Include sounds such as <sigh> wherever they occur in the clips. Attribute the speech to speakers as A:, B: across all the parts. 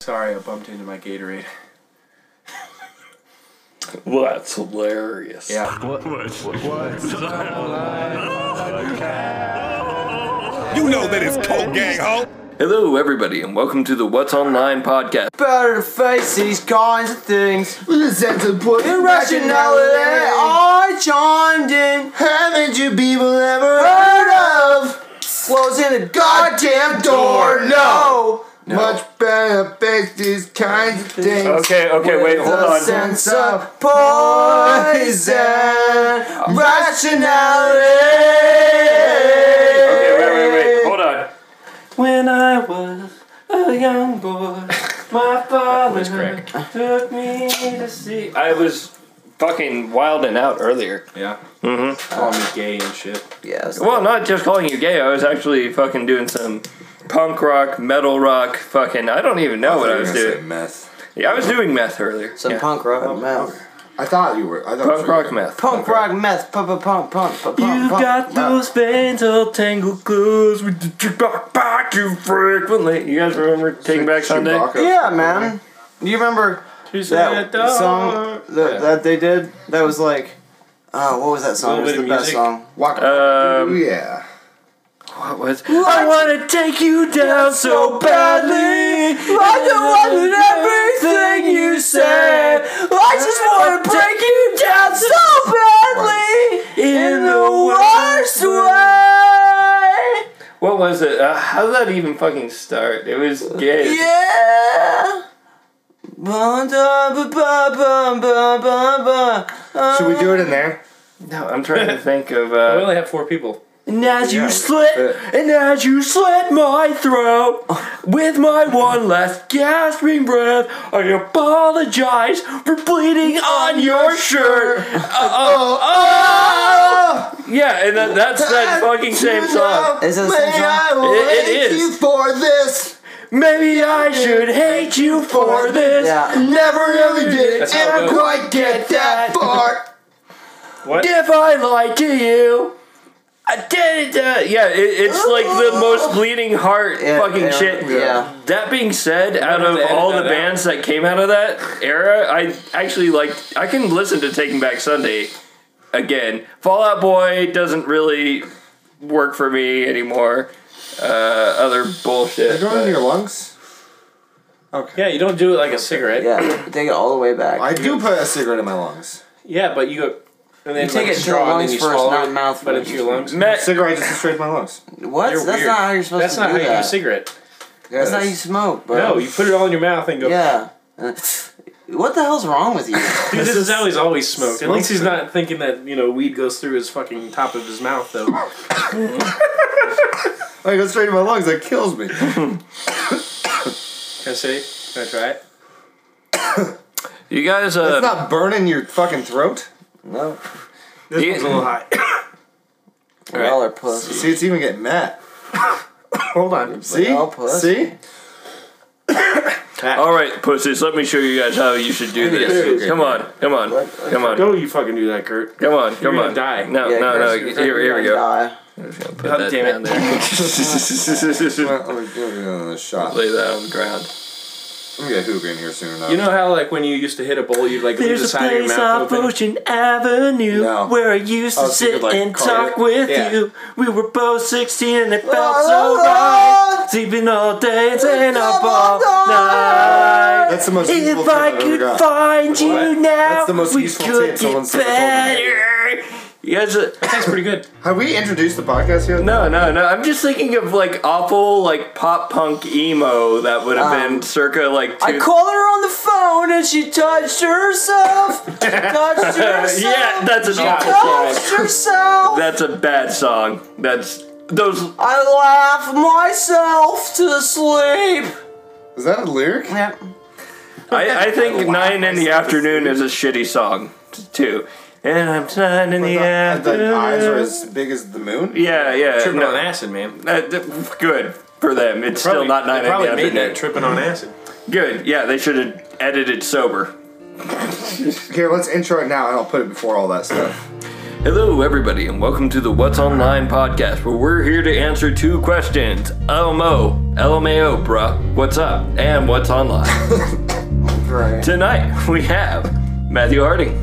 A: Sorry, I bumped into my Gatorade.
B: Well, that's hilarious.
A: Yeah.
C: What?
D: You know that it's Coke Gang, ho!
B: Hello, everybody, and welcome to the What's Online podcast.
A: <laughs> Better to face these kinds of things.
E: Listen to put
A: I chimed in.
E: Haven't you people ever heard of?
A: Closing the
E: Goddamn door, no! Much better face these kinds of things.
B: Okay, okay, wait, hold
E: The
B: on.
E: sense of poison, rationality.
B: Okay, wait, wait, wait, hold on.
F: When I was a young
B: <laughs>
F: boy, my father took me to see.
B: I was fucking wilding out earlier.
A: Yeah. Mm-hmm. Call me gay and shit.
E: Yes.
B: Well, not just calling you gay, I was actually fucking doing some punk rock, metal rock, fucking, I don't even know what I was doing.
D: meth.
B: Yeah, I was doing meth earlier.
F: Some
B: Yeah.
F: punk rock mouth.
D: I thought you were. I thought
B: Punk
D: you were
B: rock meth.
A: Punk rock meth. Pump, pump, pump, pump, pump, pump, pump, pump.
B: veins all tangled close with the jukebox back you frequently. You guys remember Taking Back Sunday?
D: Chewbacca.
A: Yeah, man. Do you remember that song that, that they did? That was like, oh, what was that song? It was
F: Little
A: the
F: bit of
A: best
F: music.
A: song.
D: Waka.
B: Um,
D: yeah.
B: What was? I wanna take you down so badly. I don't want everything you say. I just wanna break you down so badly in the worst way. What was it? Uh, how did that even fucking start? It was gay.
A: Yeah. Bum, dum, ba, ba, bum, bum, bum, bum.
D: Should we do it in there?
B: No, I'm trying to think of.
F: We
B: Uh,
F: only have four people.
B: and as you slit,
D: Uh,
B: and as you slit my throat with my one last gasping breath, I apologize for bleeding on your shirt.
D: <laughs>
B: Uh, oh, oh. Yeah, and that, that's that fucking same song.
A: Is that the
D: May
A: same song?
D: I
B: It- it
D: wait
B: is.
D: you for this?
B: Maybe I should hate you for this.
A: Yeah.
D: Never really did
F: That's how it
D: ever
F: goes.
D: quite get that far.
B: If I lied to you. I did it. uh, yeah, it, it's like the most
A: <laughs>
B: bleeding heart
A: Yeah,
B: fucking
A: yeah,
B: shit.
A: Yeah.
B: That being said, out
F: have
B: of
F: to edit
B: all the
F: that out.
B: bands that came out of that era, I actually like I can listen to Taking Back Sunday again. Fallout Boy doesn't really work for me anymore. Uh, other bullshit.
D: in your lungs?
F: Yeah, you don't do it like a cigarette. Yeah,
A: Yeah. Take it all the way back.
D: I do put a cigarette in my lungs.
F: but you go. And then
A: You take
F: like
A: it to your
F: straw and
A: lungs
F: then you
A: first,
F: swallow
A: not
F: it,
A: mouth
F: But
A: first.
F: it's your lungs.
B: Matt,
D: Cigarette just destroyed my lungs.
A: What?
F: You're
A: That's
F: weird.
A: not how you're supposed
F: That's
A: to
F: not
A: do
F: how you do a
A: that.
F: cigarette.
A: That's not how you smoke, bro.
F: No, you put it all in your mouth and go.
A: Yeah. <laughs> What the hell's wrong with you?
F: Dude, this, is how he's always smoked. At
D: Smokes
F: least he's
D: it.
F: not thinking that you know weed goes through his fucking top of his mouth though.
D: Like, it's Oh, straight in my lungs. That kills <laughs> me.
F: Can I say? Can I try it?
B: you guys,
D: It's
B: uh,
D: not burning your fucking throat.
A: <laughs> no.
F: This
B: Yeah.
F: one's a little hot. <coughs>
A: Y'all are pussies.
D: See, it's even getting matt.
F: Hold on.
D: See?
A: Well, puss.
D: See?
B: all right, pussies. Let me show you guys how you should do this.
D: okay.
B: Come on, come on, come on,
F: Don't you fucking do that, Kurt.
B: come on, come
F: gonna
B: on.
F: die.
B: No,
A: Yeah,
B: no, no.
A: Chris, you're
B: Here, here we go.
A: <laughs> gonna die.
B: Put
F: God
B: that
F: damn it.
B: down <laughs> there.
D: Well, let me- let me get another shot.
B: Lay that on the ground.
D: I'm gonna get Hoover in here soon enough.
F: You know how like when you used to hit a bowl, you'd like leave the side of your mouth open.
B: Ocean Avenue
D: No.
B: where I used to
D: Oh, so you could, like, call it-
B: with
F: Yeah.
B: We were both 16 and it felt
D: Oh,
A: la,
B: right. Sleeping all day and staying up all night.
D: That's the most useful tip I've ever got.
B: find
D: What? That's the most useful tip someone's ever told me.
B: You guys, are-
F: That's pretty good.
D: Have we introduced the podcast yet?
B: no, no, no. I'm just thinking of like awful, like pop punk emo that would have
D: Um,
B: been circa like.
A: I
B: two-
A: called her on the phone and she
B: <laughs>
A: touched herself. She touched herself.
B: yeah, that's an awful song.
A: touched herself.
B: That's a bad song. That's those.
A: I laugh myself to sleep.
D: Is that a lyric?
A: Yeah.
D: <laughs>
B: I, I think Nine in the Afternoon is a shitty song, t- too. And I'm nine in the
D: The- The eyes are
B: afternoon.
D: as big as the moon.
B: Yeah, yeah.
F: Tripping on
B: No,
F: acid, man.
B: uh, th- good for them. It's still
F: Probably-
B: not nine
F: they
B: in the
F: probably made
B: afternoon.
F: that tripping on acid.
B: Good. Yeah, they should have edited sober.
D: Here, let's intro it now, and I'll put it before all that stuff.
B: Hello, everybody, and welcome to the What's Online podcast, where we're here to answer two questions LMO, LMAO, bruh, what's up, and what's online.
A: <laughs> Right.
B: Tonight, we have Matthew Harding,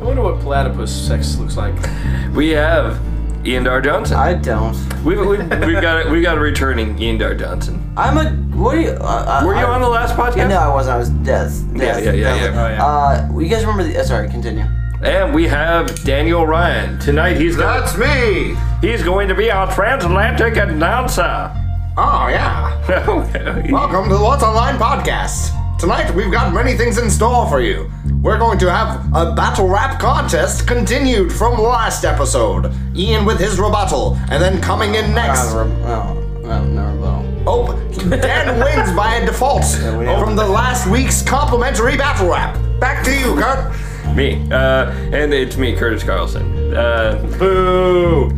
F: I wonder what platypus sex looks like.
B: we have Ian Dar Johnson,
A: I don't.
B: we've, we've, we've, got a, we've got a returning Ian Dar Johnson.
A: I'm a. What are you? Uh,
B: Were you
A: I,
B: on the last podcast?
A: No, I wasn't. I was death.
B: Yeah,
A: death
B: yeah, yeah,
A: death.
B: yeah.
F: Oh, yeah.
A: Uh, you guys remember the? Uh, sorry, continue.
B: And we have Daniel Ryan. Tonight, he's going,
E: That's me.
B: he's going to be our transatlantic announcer. <laughs>
E: Oh yeah. Welcome to the What's Online podcast. Tonight we've got many things in store for you. We're going to have a battle rap contest continued from last episode. Ian with his rebuttal, and then coming in next,
A: Uh, rem- no, no, no, no.
E: oh, Dan wins <laughs> by default
A: we have-
E: from the last week's complimentary battle rap. Back to you, Kurt.
B: Me. Uh, and it's me, Curtis Carlson. Uh, boo!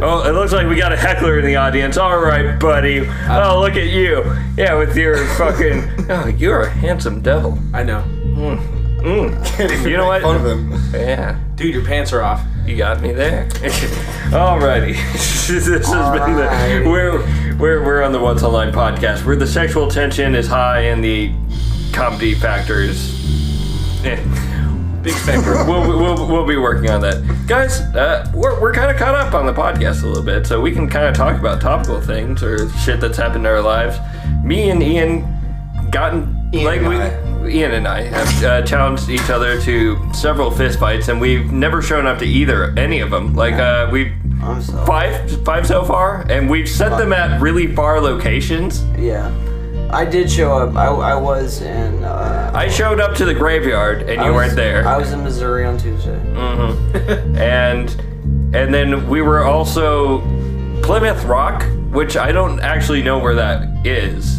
B: oh, it looks like we got a heckler in the audience. All right, buddy. Oh, look at you. Yeah, with your fucking. Oh, you're a handsome devil.
F: I know.
B: <laughs> You know
E: Make Fun of
B: what?
E: him.
B: Yeah,
F: Dude, your pants are off.
B: you got me there. <laughs> Alrighty. <laughs> this has been
A: Alright.
B: the. We're, we're, we're on the Once Online podcast where the sexual tension is high and the comedy factors. Eh.
F: Big spectrum.
B: <laughs> we'll, we'll, we'll be working on that. Guys, uh, we're, we're kind of caught up on the podcast a little bit, so we can kind of talk about topical things or shit that's happened in our lives. Me and Ian gotten,
E: Ian
B: like,
E: and
B: we. Ian and I have uh, challenged each other to several fist fights, and we've never shown up to either any of them. Like uh, we've
A: I'm so.
B: five five so far, and we've set them at really far locations.
A: Yeah, I did show up. I, I was in. Uh,
B: I showed up to the graveyard, and you
A: I was-
B: weren't there. Mm.
A: I was in Missouri on Tuesday.
B: and and then we were also Plymouth Rock, which I don't actually know where that is.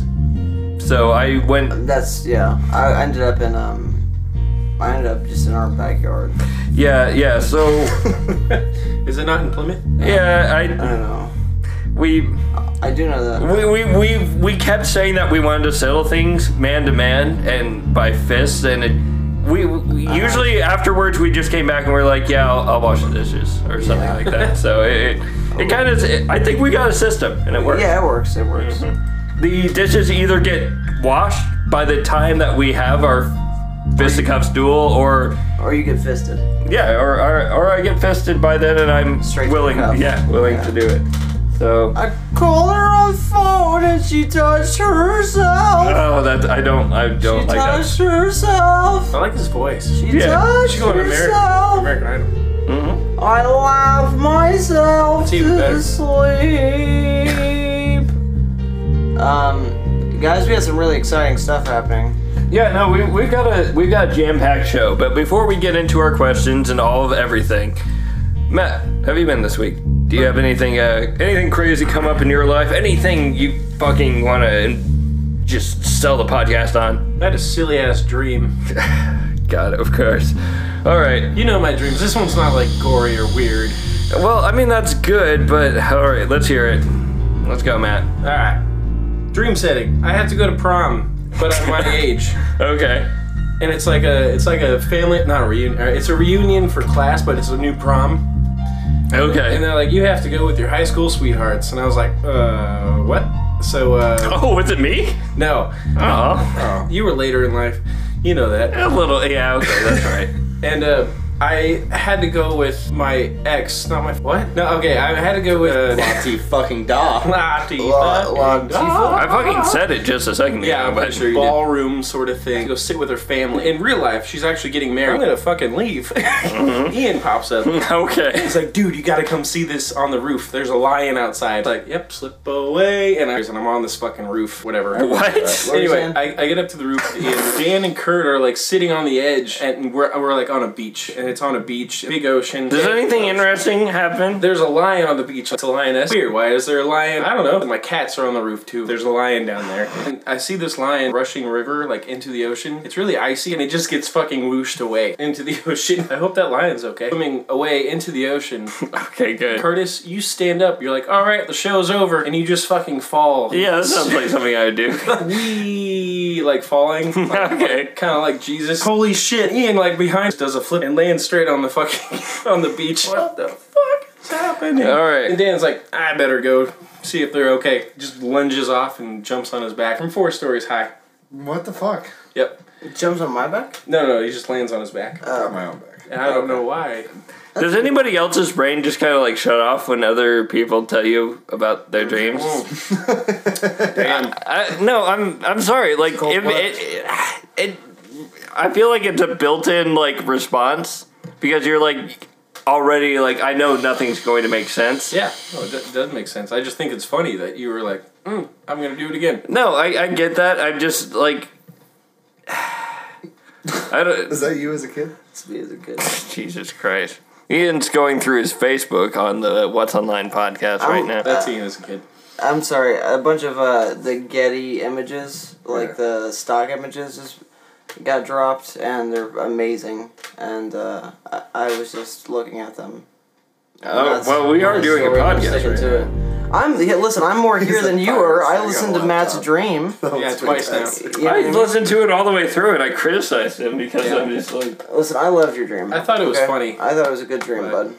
B: So I went,
A: That's yeah. I ended up in um. I ended up just in our backyard.
B: yeah, yeah. So
A: <laughs>
F: Is it not in Plymouth?
A: I
B: yeah,
A: don't know.
B: I we
A: I do know that.
B: we, we we we kept saying that we wanted to settle things man to man and by fists, and it, we, we
A: Uh-huh.
B: usually afterwards we just came back and we are like, yeah, I'll, I'll wash the dishes or something
A: Yeah.
B: like that. So it
A: <laughs>
B: it, it kind of I think we got a system and it works.
A: Yeah, it works. It works.
B: Mm-hmm. the dishes either get washed by the time that we have our fisticuffs duel, or
A: Or you get fisted.
B: yeah, or, or or I get fisted by then, and I'm
A: Straight to
B: willing,
A: the cuff.
B: yeah, willing to do it. So
A: I called her on phone and she touched herself.
B: oh, that I don't, I don't
A: she
B: like that.
A: touched herself.
F: I like his voice.
A: She
B: Yeah.
A: touched
F: She's going to
A: herself.
F: American, American Idol.
B: hmm
A: I laughed myself
F: That's even
A: to
F: better.
A: sleep. um, guys, we had some really exciting stuff happening.
B: Yeah, no, we we've got a we've got a jam packed show, but before we get into our questions and all of everything, Matt, have you been this week? Do you have anything uh, anything crazy come up in your life? Anything you fucking want to just sell the podcast on?
F: That is silly ass dream.
B: God, of course. All right.
F: You know my dreams. This one's not like gory or weird.
B: Well, I mean that's good, but all right, let's hear it. Let's go, Matt.
F: All right. Dream setting. I have to go to prom, but I'm my age,
B: Okay.
F: and it's like a it's like a family not a reunion. It's a reunion for class, but it's a new prom. And
B: Okay.
F: they're like, you have to go with your high school sweethearts, and I was like, uh, what? So uh,
B: Oh, was it me?
F: no,
B: Oh,
F: you were later in life. You know that.
B: a little. Yeah. Okay, that's right.
F: And uh, I had to go with my ex, not my what? No, okay, I had to go with uh,
D: Lati
F: <laughs>
D: fucking da.
A: La-
F: Latifah.
A: la-
B: I fucking said it just a second ago.
F: Yeah, I'm
B: but
F: pretty sure you did. ballroom sort of thing. Go sit with her family. In real life, she's actually getting married. I'm gonna fucking <laughs> leave. Ian pops up.
B: <laughs> Okay.
F: He's like, dude, you gotta come see this on the roof. There's a lion outside. Like, yep, slip away. And, I, and I'm on this fucking roof, <laughs> whatever.
B: What?
F: Anyway,
A: Roseanne?
F: I, I get up to the roof, and <laughs> Dan and Kurt are like sitting on the edge, and we're, we're like on a beach, and it's on a beach, big ocean.
B: Does anything interesting happen?
F: There's a lion on the beach. It's a lioness. Weird. Why is there a lion? I don't know. My cats are on the roof too. There's a lion down there. And I see this lion rushing river like into the ocean. It's really icy and it just gets fucking whooshed away <laughs> into the ocean. I hope that lion's okay. Swimming away into the ocean. <laughs>
B: Okay, good.
F: Curtis, you stand up. You're like, all right, the show's over, and you just fucking fall.
B: Yeah, that sounds like something I would do.
F: Wee, like falling.
B: okay.
F: <laughs> Kind of like Jesus. Holy shit! Ian like behind does a flip and lands straight on the fucking <laughs> on the beach. What the fuck is happening?
B: All right.
F: And Dan's like, I better go see if they're okay. Just lunges off and jumps on his back from four stories high.
D: What the fuck?
F: Yep.
A: It jumps on my back?
F: No, no, he just lands on his back.
B: Oh.
D: Got my own back.
F: And I don't know why.
B: Does anybody else's brain just kind of like shut off when other people tell you about their dreams?
F: Oh. Damn.
B: <laughs> I, no, I'm I'm sorry. Like if it, it, it, I feel like it's a built-in like response because you're like already like I know nothing's going to make sense.
F: Yeah, no, it do- does make sense. I just think it's funny that you were like, mm, I'm going to do it again.
B: No, I, I get that. I'm just like <sighs> I don't.
D: Is that you as a kid?
A: These are good.
B: Jesus Christ. Ian's going through his Facebook on the What's Online podcast right
A: Oh,
B: now.
F: That's Ian as a kid.
A: I'm sorry. A bunch of uh, the Getty images, like
D: Yeah.
A: the stock images, just got dropped, and they're amazing. And uh, I-, I was just looking at them.
B: oh, well, we are doing a podcast right now.
A: now. I'm yeah, listen. I'm more here
D: a
A: than you
D: pirate
A: are.
D: sitting
A: I
D: on
A: listened
D: a
A: to Matt's
D: laptop. <laughs>
A: dream.
F: Yeah, twice now.
B: I
A: You know what I mean?
B: listened to it all the way through and I criticized him because I'm just like,
A: Listen, I loved your dream.
F: I thought it was funny.
A: I thought it was a good dream,
F: But-
A: bud.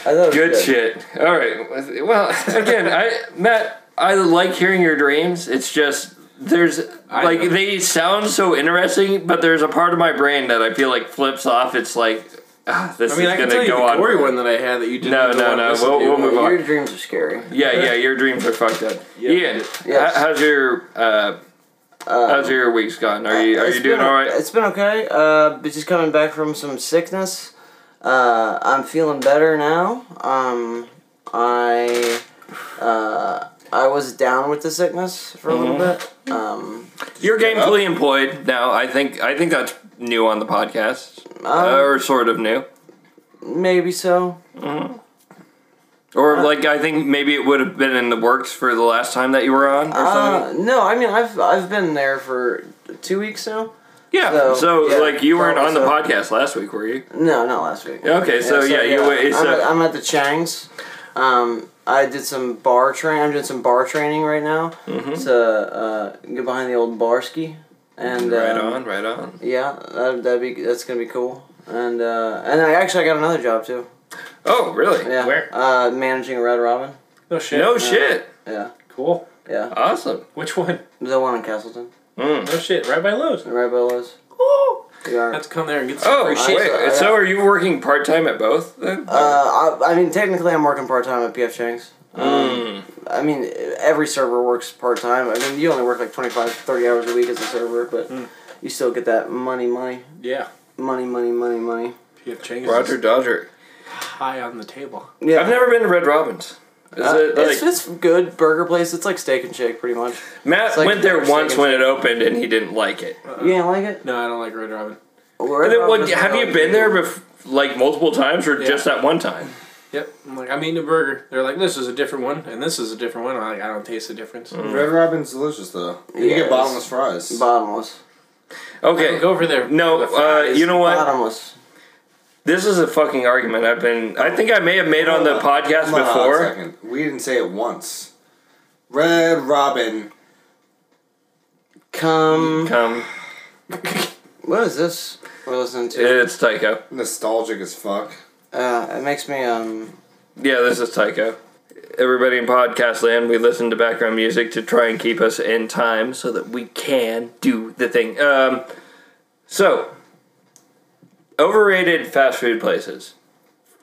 A: I thought it
B: good
A: was
B: shit. All right. Well, <laughs> again, I Matt, I like hearing your dreams. It's just there's
F: I
B: like
F: know.
B: they sound so interesting, but there's a part of my brain that I feel like flips off. It's like ah, this
F: I mean,
B: is
F: I can
B: gonna
F: tell you
B: go
F: the
B: on.
F: gory one that I had that you didn't
B: No,
F: even
B: no,
F: wanna
B: no,
F: listen
B: we'll-
F: to.
B: we'll move on.
A: Your dreams are scary.
B: Yeah, yeah, your dreams are fucked up. Ian,
A: Yes. Um,
B: h- how's your uh, how's your week's gone? Are you are
A: It's
B: you doing
A: been-
B: all right?
A: It's been okay. Uh, but just coming back from some sickness. Uh, I'm feeling better now. Um, I uh, I was down with the sickness for a little
B: Mm-hmm.
A: bit. Um,
B: You're gainfully employed now. I think I think that's new on the podcast,
A: Um,
B: or sort of new.
A: maybe so.
B: Or
A: uh,
B: like I think maybe it would have been in the works for the last time that you were on or
A: Uh,
B: something.
A: no, I mean I've I've been there for two weeks now.
B: Yeah. So,
A: so, yeah,
B: like you weren't on
A: probably
B: the podcast
A: so.
B: last week, were you?
A: No, not last week.
B: Okay, so, yeah, you wait-
A: I'm,
B: so-
A: at, I'm at the Chang's. Um, I did some bar train. I'm doing some bar training right now.
B: Mm-hmm.
A: So uh, get behind the old barski, and
B: Right
A: um,
B: on, right on.
A: Yeah, that that'd be that's gonna be cool. And uh, and I actually I got another job too.
B: Oh, really?
A: Yeah.
F: Where?
A: Uh, managing Red Robin.
F: No shit.
B: No shit.
A: Yeah,
F: Cool.
A: yeah.
B: Awesome.
F: Which one?
A: The one in Castleton,
B: Mm.
F: No shit. Right by Lowe's.
A: right by Lowe's.
F: Oh.
A: Yeah.
F: Have to come there and get some
B: Oh,
F: free shit.
B: wait.
A: I-
B: so are you working part time at both then?
A: Uh, I, I mean, technically, I'm working part time at PF Chang's. Um,
B: Mm.
A: I mean, every server works part time. I mean, you only work like 25, 30 hours a week as a server, but
B: Hmm.
A: you still get that money, money,
F: Yeah.
A: money, money, money, money.
F: PF Chang's
B: Roger
F: is
B: Dodger.
F: high on the table.
A: Yeah.
B: I've never been to Red Robin's. Is
A: Uh,
B: it,
A: it's,
B: like,
A: it's good burger place. It's like steak and shake, pretty much.
B: Matt
A: it's like
B: went there
A: never
B: once
A: seen
B: when it opened and he didn't like it.
A: You didn't like it?
F: No, I don't like Red Robin.
A: Well,
B: Uh-uh. And
A: Red
B: then,
A: Robin
B: what,
A: doesn't
B: have you
A: really
B: been
A: do-
B: there bef- like multiple times or
F: Yeah.
B: just that one time?
F: Yep. I'm like, I'm eating a burger. They're like, this is a different one, and this is a different one. I'm like, I don't taste the difference.
B: Mm.
D: Red Robin's delicious though. And you
A: Yes.
D: get bottomless fries.
A: Bottomless.
B: Okay.
F: Go over there.
B: No,
F: The
B: uh,
F: fries.
B: you know what?
A: Bottomless.
B: This is a fucking argument I've been. I think I may have made on the podcast
D: Hold on a
B: before.
D: second. We didn't say it once. Red Robin.
A: Come.
B: Come,
A: What is this we're listening to?
B: it's Tycho.
D: Nostalgic as fuck.
A: Uh, it makes me, um.
B: Yeah, this is Tycho. Everybody in podcast land, we listen to background music to try and keep us in time so that we can do the thing. Um, so, overrated fast food places.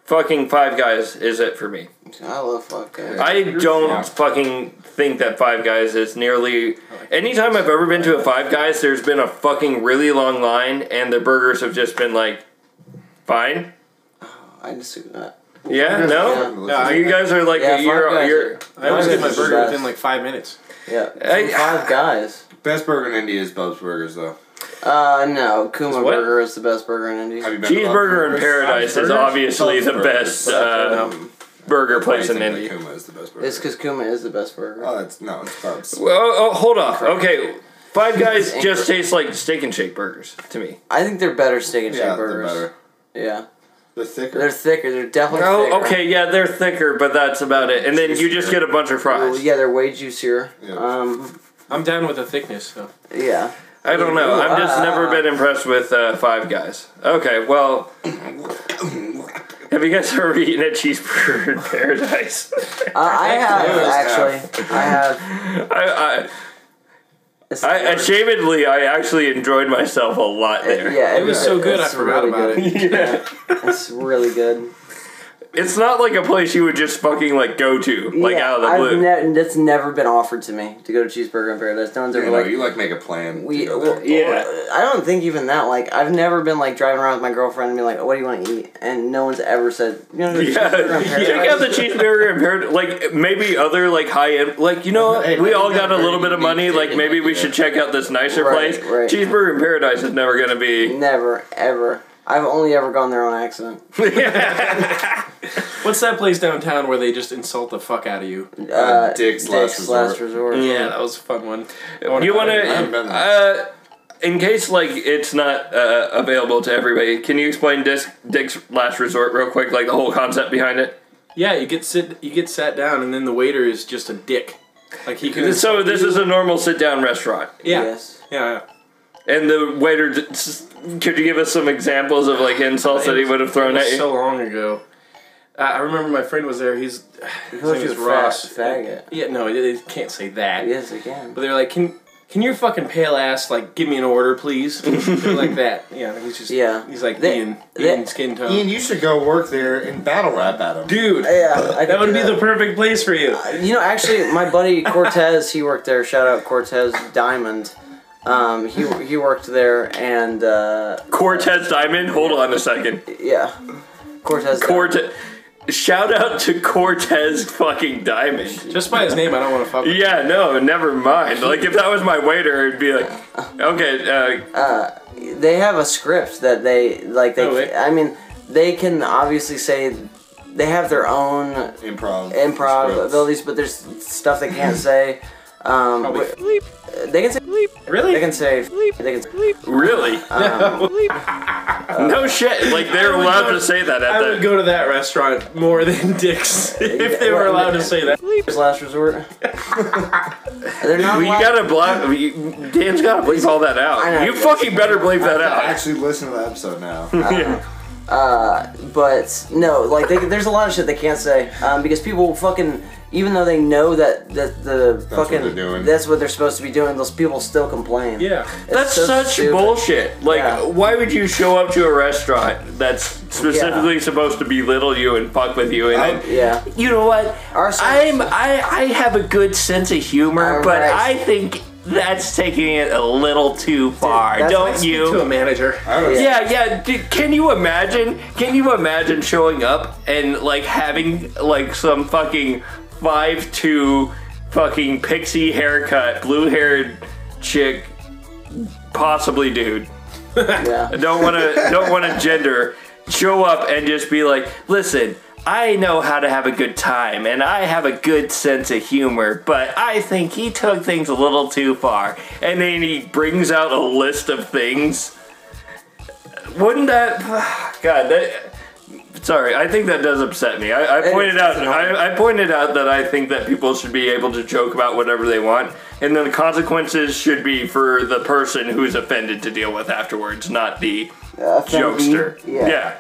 B: Fucking Five Guys is it for me.
A: I love fuck guys.
B: I don't fucking think that Five Guys is nearly. Anytime I've ever been to a Five Guys, there's been a fucking really long line, and the burgers have just been like, fine.
A: I disagree with that.
B: Yeah, no.
D: Yeah.
B: You guys are like,
A: Yeah, Five
B: you're,
A: Guys
B: you're.
F: I always get my
A: This is
F: burger
A: best.
F: within like five minutes.
A: Yeah.
B: I-
A: five guys.
D: Best burger in India is Bob's Burgers though.
A: Uh, no. Kuma
B: what?
A: Burger is the best burger in India.
D: Have you been to Bob's
B: Cheeseburger in
D: Burgers?
B: Paradise is
D: Bob's Burgers?
B: obviously
D: Bob's
B: the
D: Burgers.
B: best uh, burger
D: Why do
B: place
D: you
B: in
D: think
B: India.
D: Lakuma is the best burger.
A: It's because Kuma is the best burger.
D: oh, it's no, it's Bob's.
B: Well, oh, hold off. Okay, Five Guys
A: Incorrect.
B: just tastes like steak and shake burgers to me.
A: I think they're better steak and shake
D: Yeah, they're
A: burgers.
D: better.
A: Yeah.
D: They're thicker.
A: They're thicker. They're definitely
B: Oh,
A: thicker.
B: okay, yeah, they're thicker, but that's about it. And then you just get a bunch of
A: Well,
B: fries.
A: yeah, they're way juicier.
D: Yeah.
A: Um,
F: I'm down with the thickness, though.
A: yeah.
B: I don't know. I've just never been impressed with uh, Five Guys. Okay, well, have you guys ever eaten a cheeseburger in paradise? <laughs>
A: Uh, I have actually. I have.
B: I,
A: It's,
B: I, I ashamedly, I actually enjoyed myself a lot there.
A: Uh, yeah,
F: It was so good, I
A: it's
F: forgot
A: really
F: about
A: good.
F: it.
A: <laughs> It's really good.
B: It's not like a place you would just fucking like go to, like
A: yeah,
B: out of the
A: I've
B: blue.
A: ne- that's never been offered to me to go to Cheeseburger in Paradise. No one's ever
D: You know,
A: like.
D: you like make a plan. to
A: we,
D: go
A: well,
D: there.
B: Yeah.
A: well, I don't think even that. Like, I've never been like driving around with my girlfriend and be like, "What do you want to eat?" And no one's ever said, "You know,
B: <laughs> <laughs> Yeah, check out the cheeseburger in Paradise. Like maybe other like high end, like you know,
E: Hey,
B: we
E: maybe
B: all
E: not
B: got a
E: very
B: little bit of
E: unique
B: money. Like
E: thing,
B: maybe
E: like,
B: we
E: yeah.
B: should check out this nicer
A: Right,
B: place.
A: right.
B: Cheeseburger in Paradise is never gonna
A: <laughs>
B: be. <laughs>
A: Never, ever. I've only ever gone there on accident.
F: What's that place downtown where they just insult the fuck out of you?
A: Uh,
D: Dick's Last
A: Last Resort.
F: Yeah, that was a fun one.
B: You want to?
D: haven't been
B: Uh, in case like it's not uh, available to everybody, can you explain Dick's, Dick's Last Resort real quick? Like the whole concept behind it.
F: Yeah, you get sit, you get sat down, and then the waiter is just a dick. Like he could.
B: So this is a normal sit down restaurant,
F: yeah,
A: Yes.
F: yeah.
B: and the waiter. d- s- Could you give us some examples of like insults that he would have
F: It
B: thrown at
F: was
B: you?
F: so long ago. I I remember my friend was there. He's <sighs> his name
A: you're
F: is
A: a fat
F: Ross.
A: faggot.
F: Yeah, no, they they can't say that.
A: Yes, I can.
F: But they're like, can can your fucking pale ass like give me an order,
A: <laughs>
F: please? They're like that. Yeah, he's just
A: Yeah.
F: He's like
A: They-
F: Ian,
A: they-
F: Ian skin tone.
E: Ian, you should go work there and battle rap at him.
F: Dude,
A: Yeah, I
F: that would be the perfect place for you.
A: the. You know, actually, my buddy Cortez, he worked there. Shout out Cortez Diamond. Um, he he worked there, and uh,
B: Cortez Diamond. Hold on a second.
A: yeah, Cortez.
B: Cortez. Shout out to Cortez fucking Diamond.
F: Just by his name, I don't want to fuck. with
B: Yeah, no, never mind. Like if that was my waiter, it'd be like, okay, uh,
A: they have a script that they like. They,
F: Oh, wait.
A: I mean, they can obviously say they have their own
E: Improv.
A: improv
E: Scripts.
A: abilities, but there's stuff they can't say. Um,
F: Probably
A: wh- They can say bleep.
F: Really?
A: They can say bleep. They can say bleep.
F: <laughs>
B: really? <laughs> no shit. Like they're
F: Um, would
B: allowed
F: go-
B: to say that at
F: I would
B: the.
F: go to that restaurant more than <laughs> Dick's if they were
A: well,
F: allowed to say that.
A: Last resort.
E: <laughs>
A: They're not.
B: Well, you
A: allowed-
B: gotta block. you- Dan's gotta bleep all that
A: I know.
B: out. You fucking better bleep that
E: I
B: out.
E: actually listen to the episode
A: <laughs>
E: now.
A: but no, like they, there's a lot of shit they can't say um, because people fucking. Even though they know that, that the fucking
E: they're doing.
A: that's what they're supposed to be doing, those people still complain.
F: Yeah.
A: It's
B: That's
A: so
B: such
A: stupid.
B: bullshit. Like,
A: Yeah.
B: why would you show up to a restaurant that's specifically supposed to belittle you and fuck with you and then
A: Yeah.
B: you know what?
A: Our sense-
B: I'm I, I have a good sense of humor,
A: All
B: but
A: right.
B: I think that's taking it a little too far,
A: that's
B: don't
A: like
F: Speak to a
B: you?
F: manager.
B: Yeah, yeah. d- Can you imagine? Can you imagine showing up and like having like some fucking five two fucking pixie haircut, blue haired chick, possibly dude
A: Yeah.
B: don't want to don't want to gender show up and just be like listen i know how to have a good time and i have a good sense of humor but i think he took things a little too far and then he brings out a list of things wouldn't that <sighs> god that Sorry, I think that does upset me. I, I pointed
A: it's
B: out,
A: annoying.
B: I, I pointed out that I think that people should be able to joke about whatever they want, and then the consequences should be for the person who's offended to deal with afterwards, not the jokester.
A: Yeah.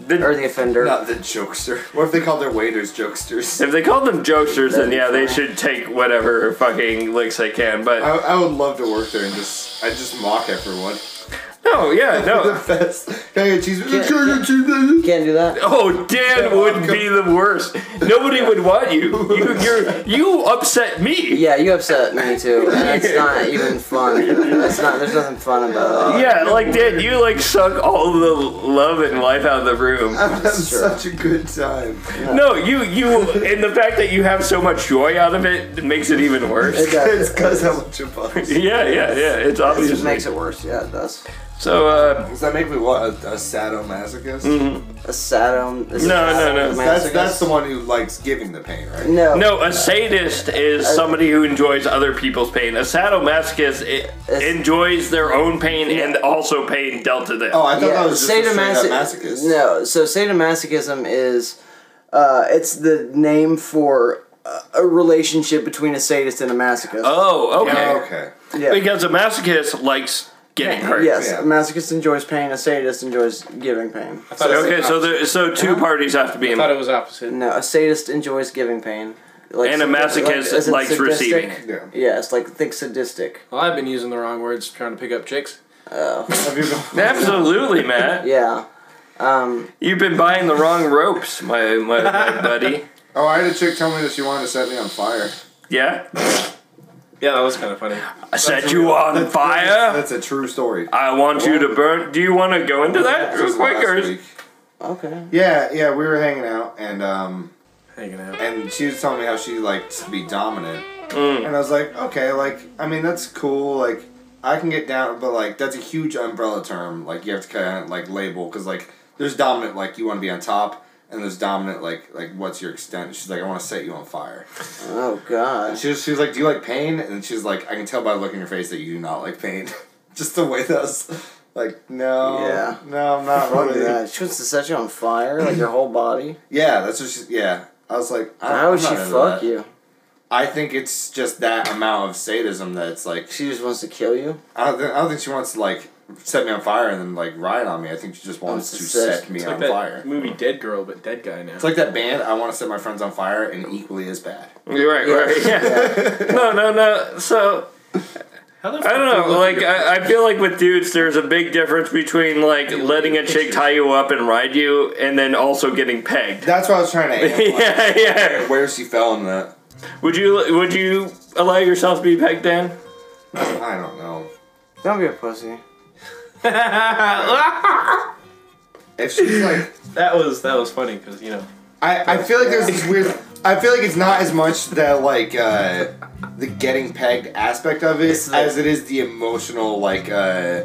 B: The-
A: Or the offender.
D: Not the jokester.
E: What if they call their waiters jokesters?
B: if they call them jokesters, then
A: That'd be
B: yeah, they
A: fine.
B: should
A: Uh,
B: take whatever fucking licks they can. But
E: I, I would love to work there and just I just mock everyone. <laughs>
B: no, yeah,
A: <laughs>
E: The
B: no.
E: best. Can I get cheeseburger? Can I get
A: You
E: cheeseburger?
A: can't do that.
B: Oh, Dan would be the worst. Nobody would want you. You, you're, you upset me.
A: Yeah, you upset me too, and it's not even fun. It's not. There's nothing fun about it.
B: Yeah, like Dan, you like suck all the love and life out of the room.
A: Uh-huh.
E: I'm having such a good time.
B: No, you you and the fact that you have so much joy out of it makes it even worse.
A: It does.
E: It's because how much it
B: <laughs>
E: bugs.
A: <laughs>
B: Yeah, yeah, yeah. It's
A: It just
B: obviously
A: makes it worse. Yeah, it does.
B: so. uh
E: Does that make me what a, a sadomasochist?
A: A sadom. a
B: No, no, no.
A: sadomasochist.
E: That's that's the one who likes giving the pain, right?
A: No.
B: No, a sadist is somebody who enjoys other people's pain. A sadomasochist i- enjoys their own pain and also pain dealt to them.
E: Oh, I thought that was just a
A: sadomasi-
E: straight up masochist.
A: No, so sadomasochism is uh, it's the name for a relationship between a sadist and a masochist.
B: Oh, okay.
E: Okay.
A: yeah.
B: Because a masochist likes getting hurt.
A: Yes,
E: yeah.
A: a masochist enjoys pain. A sadist enjoys giving pain.
B: Okay, so there, so two
A: Uh-huh.
B: parties have to be in.
C: thought it was opposite.
A: No, a sadist enjoys giving pain. Like
B: And a
A: sadistic- like,
B: masochist
A: is it
B: likes
A: sadistic?
B: receiving it.
E: Yeah.
A: Yes, like think sadistic.
C: Well, I've been using the wrong words trying to pick up chicks.
B: Absolutely, Matt.
A: Yeah. Um,
B: You've been buying the wrong ropes, my, my,
E: <laughs>
B: my buddy.
E: <laughs> Oh, I had a chick tell me that she wanted to set me on fire.
B: Yeah?
C: Yeah, that was kind of funny.
B: I set you on fire.
E: That's a true story.
B: I want you to burn. Do you want to go into that real
E: Just
B: quick?
E: last
B: Or
E: week.
A: okay.
E: Yeah, yeah, we were hanging out and um
C: Hanging out.
E: and she was telling me how she liked to be dominant. And I was like, okay, like I mean that's cool, like I can get down, but like that's a huge umbrella term. Like you have to kind of like label because like there's dominant, like you want to be on top, and there's dominant, like like what's your extent? She's like, I want to set you on fire.
A: Oh God.
E: She was, she was like, do you like pain? And she's like, I can tell by the look in your face that you do not like pain. <laughs> Just the way that was like, no,
A: Yeah.
E: no, I'm not
A: Fuck
E: really.
A: that. She wants to set you on fire, like your whole body.
E: <clears throat> Yeah, that's what she. Yeah, I was like, I,
A: How would
E: I'm
A: she
E: not into
A: fuck
E: that.
A: you?
E: I think it's just that amount of sadism that it's like she.
A: She just wants to kill you.
E: I don't, think, I don't think she wants to like set me on fire and then like ride on me. I think she just wants
A: it's
E: to
A: obsessed.
E: set me
C: It's
E: on
C: like that
E: fire.
C: movie Dead Girl, but Dead Guy now.
E: It's like that band. I want to set my friends on fire, and equally as bad.
B: You're right, right. Yeah.
E: <laughs>
B: no, no, no. So
C: How the
B: I don't know. Like I, I feel like with dudes, there's a big difference between like letting a chick tie you up and ride you, and then also getting pegged. <laughs>
E: That's what I
C: <laughs>
E: was trying to. aim.
B: yeah, yeah.
E: Where she fell in that,
B: Would you would you allow yourself to be pegged, Dan?
E: I don't know.
A: Don't be a pussy.
E: If she's like
C: that was that was funny because you know
E: I, I feel like there's this weird. I feel like it's not as much that like uh, the getting pegged aspect of it
A: the-
E: as it is the emotional like uh,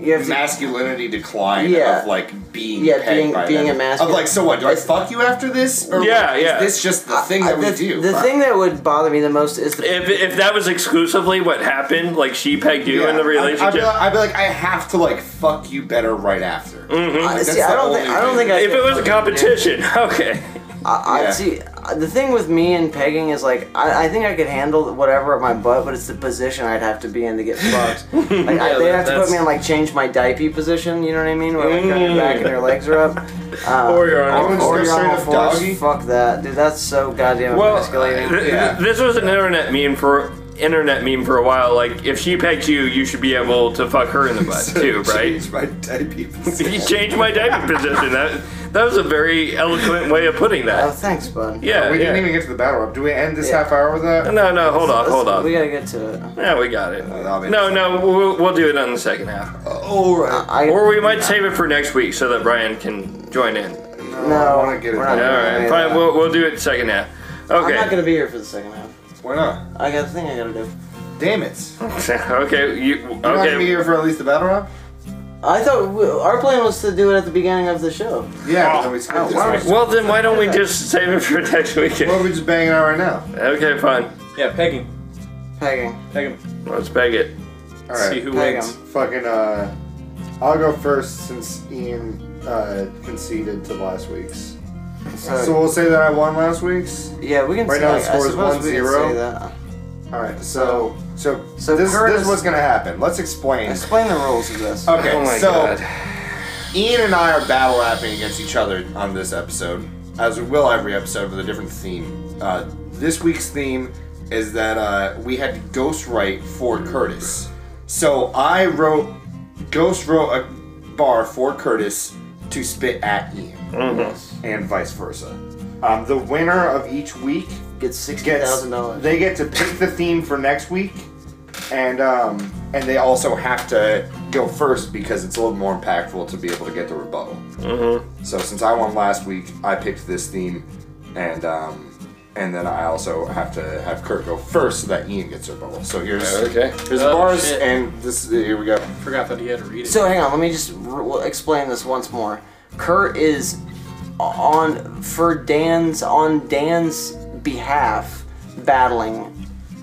A: You have to
E: masculinity decline
A: Yeah.
E: of like being
A: Yeah,
E: pegged
A: being-
E: by
A: being
E: them.
A: a masculine-
E: of like so what do I fuck you after this or
B: Yeah,
E: like, is
B: yeah.
E: this just the thing that
A: I-
E: we
A: the,
E: do
A: The thing that would bother me the most is the
B: If if that was exclusively what happened, like she pegged you in the relationship.
E: I, I, feel like, I feel like I have to like fuck you better right after
B: Mm-hmm,
A: I, see.
E: the
A: I don't
E: only
A: think. I don't
E: reason.
A: think I.
B: if
A: could
B: it was a
A: fucking-
B: competition, <laughs> okay.
A: I, I
E: Yeah.
A: see. uh, The thing with me and pegging is like I, I think I could handle whatever at my butt, but it's the position I'd have to be in to
E: <laughs>
A: get fucked. Like I,
C: Yeah,
A: they
C: that-
A: have to put
C: that's-
A: me in like change my diaper position. You know what I mean? Where like you're on your back and your
B: <laughs>
A: legs are up. Uh,
B: Mm. Or you're on-
E: Or
A: or
E: just
A: you're
E: go
A: on all
E: straight up doggy?
A: fours. Fuck that, dude. That's so goddamn
B: Well,
A: emasculating.
B: th-
E: Yeah.
B: this was an internet meme for internet meme for a while. Like, if she pegged you, you should be able to fuck her in the butt too, right?
E: Change my type
A: <laughs>
E: of-
B: <laughs> You changed my diaper position. That that was a very eloquent way of putting
A: oh,
B: that.
A: thanks, bud.
B: Yeah,
E: we
B: yeah.
E: didn't even get to the battle rap do we end this
A: Yeah.
E: half hour with that
B: No, no, hold on, hold
A: We
B: on.
A: gotta get to it.
B: Yeah, we got it.
E: that'll be
B: No, no, we'll, we'll do it on the second half,
E: alright
A: I,
B: or we might save it for next week so that Ryan can join in. All
E: no,
A: No,
E: I wanna get it
A: we're not
E: done.
A: doing
B: right,
A: Yeah.
B: fine. We'll, we'll do it second half.
A: I'm not
B: Okay.
A: gonna be here for the second half.
E: why not
A: I got a thing I gotta do.
E: damn it
B: <laughs> okay. You
E: You're not gonna be
B: okay?
E: here for at least the battle rap?
A: I thought we, our plan was to do it at the beginning of the show.
E: Yeah, but then we skipped this
A: wow.
E: one.
B: Well, then why don't we just save it for <laughs> next weekend?
E: What are we just banging out right now?
B: Okay, fine.
C: yeah pegging
A: Pegging.
C: peg him
B: Let's peg it.
C: see
E: Alright.
C: who
A: Peg
C: wins.
A: him.
E: Fucking uh I'll go first since Ian uh conceded to last week's.
A: So,
E: So we'll say that I won last week's.
A: yeah, we can
E: right
A: say,
E: now the
A: I
E: score is
A: suppose we can
E: 1-0.
A: say that.
E: Alright, so so,
A: So
E: this this
A: Curtis-
E: is what's gonna happen. Let's explain.
A: Explain the rules of this.
E: Okay,
B: Oh my
E: so
B: God.
E: Ian and I are battle rapping against each other on this episode, as we will every episode with a different theme. Uh, this week's theme is that uh, we had to ghostwrite for Curtis. So I wrote, ghost wrote a bar for Curtis to spit at Ian,
B: Mm-hmm.
E: and vice versa. Um, the winner of each week
A: Get sixty
E: gets
A: thousand dollars.
E: they get to pick the theme for next week and um and they also have to go first because it's a little more impactful to be able to get the rebuttal mm-hmm. so since i won last week i picked this theme and um and then i also have to have kurt go first so that ian gets a rebuttal so here's
B: Okay.
E: here's the
C: Oh,
E: bars
C: shit.
E: and this here we go
C: Forgot that he had to read it.
A: So hang on, let me just r- we'll explain this once more. Kurt is on for Dan's on Dan's behalf battling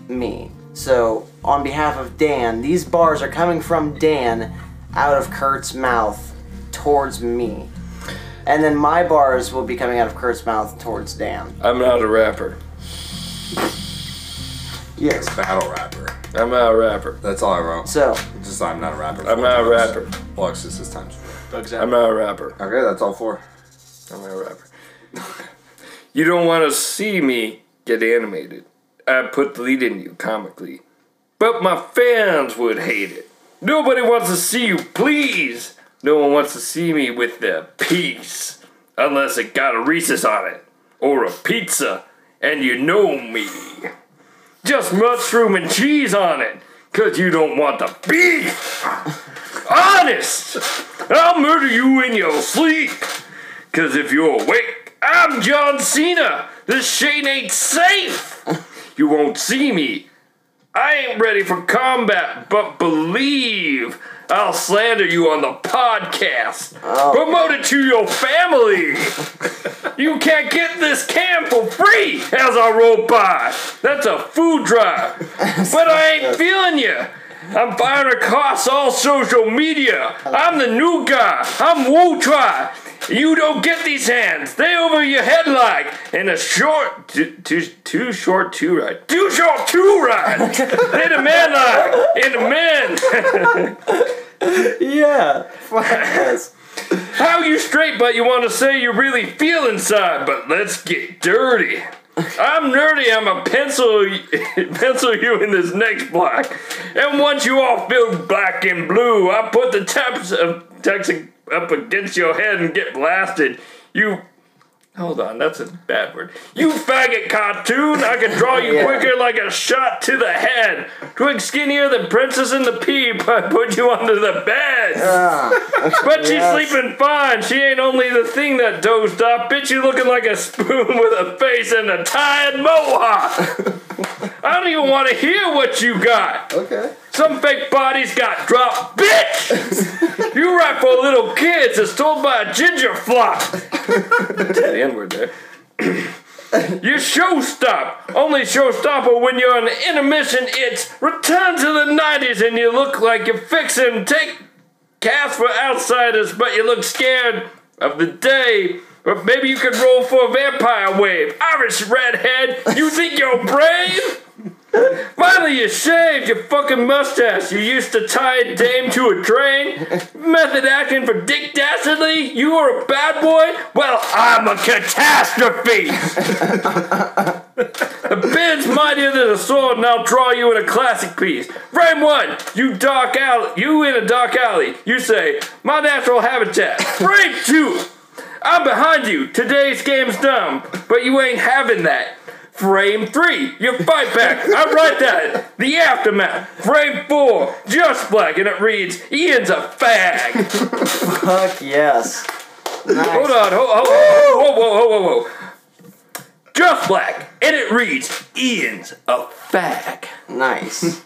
A: me. So on behalf of Dan, these bars are coming from Dan out of Kurt's mouth towards me. And then my bars will be coming out of Kurt's mouth towards Dan.
B: I'm not a rapper.
A: Yes.
E: Battle rapper.
B: I'm not a rapper.
E: That's all I wrote.
A: So,
E: Just I'm not a rapper.
B: I'm not a rapper.
E: Well, it's just this time. four.
C: Bugs out.
B: I'm not a rapper.
E: Okay, that's all four.
B: I'm not a rapper. you don't want to see me get animated. I put the lead in you comically. But my fans would hate it. Nobody wants to see you, please. No one wants to see me with their piece. Unless it got a Reese's on it. Or a pizza. And you know me. Just mushroom and cheese on it. Cause you don't want the beef. Honest. I'll murder you in your sleep. Cause if you're awake, I'm John Cena. This shit ain't safe. <laughs> You won't see me. I ain't ready for combat, but believe I'll slander you on the podcast. Promote it to your family. you can't get this can for free as I roll by. That's a food drive. but I ain't feeling you. I'm fired across all social media. I'm the new guy. I'm Wu Try. You don't get these hands. They over your head like. And a short, too, too, too short to ride. Too short to ride. they the man like. And the man.
A: yeah. Fuck yes.
B: How you straight, but you want to say you really feel inside. But let's get dirty. I'm nerdy. I'm a pencil, <laughs> pencil you in this next block. And once you all feel black and blue, I put the taps of text up against your head and get blasted. You. Hold on, that's a bad word. You faggot cartoon! I can draw you quicker like a shot to the head. Twig skinnier than Princess in the Peep. I <laughs> put you under the bed. But she's sleeping fine. She ain't only the thing that dozed off. Bitch, you looking like a spoon <laughs> with a face and a tied mohawk. I don't even want to hear what you got.
D: Okay.
B: Some fake body's got dropped. Bitch! you write for little kids. It's told by a ginger flop. the N word there. Your show stop. Only showstopper when you're on intermission. It's return to the 90s and you look like you're fixing take cast for outsiders, but you look scared of the day. But maybe you could roll for a vampire wave. Irish redhead, you think you're brave? Finally, you shaved your fucking mustache. You used to tie a dame to a train. Method acting for Dick Dastardly. You were a bad boy. Well, I'm a catastrophe. the bend's mightier than a sword, and I'll draw you in a classic piece. Frame one. You dark alley. You in a dark alley. You say, "My natural habitat." Frame two. I'm behind you. Today's game's dumb, but you ain't having that. Frame three, your fight back. I write that. The aftermath. Frame four, just black, and it reads, Ian's a fag.
A: Fuck yes. Nice.
B: Hold on, ho- ho- ho- whoa, whoa, whoa, whoa, whoa. Just black, and it reads, Ian's a fag.
A: Nice.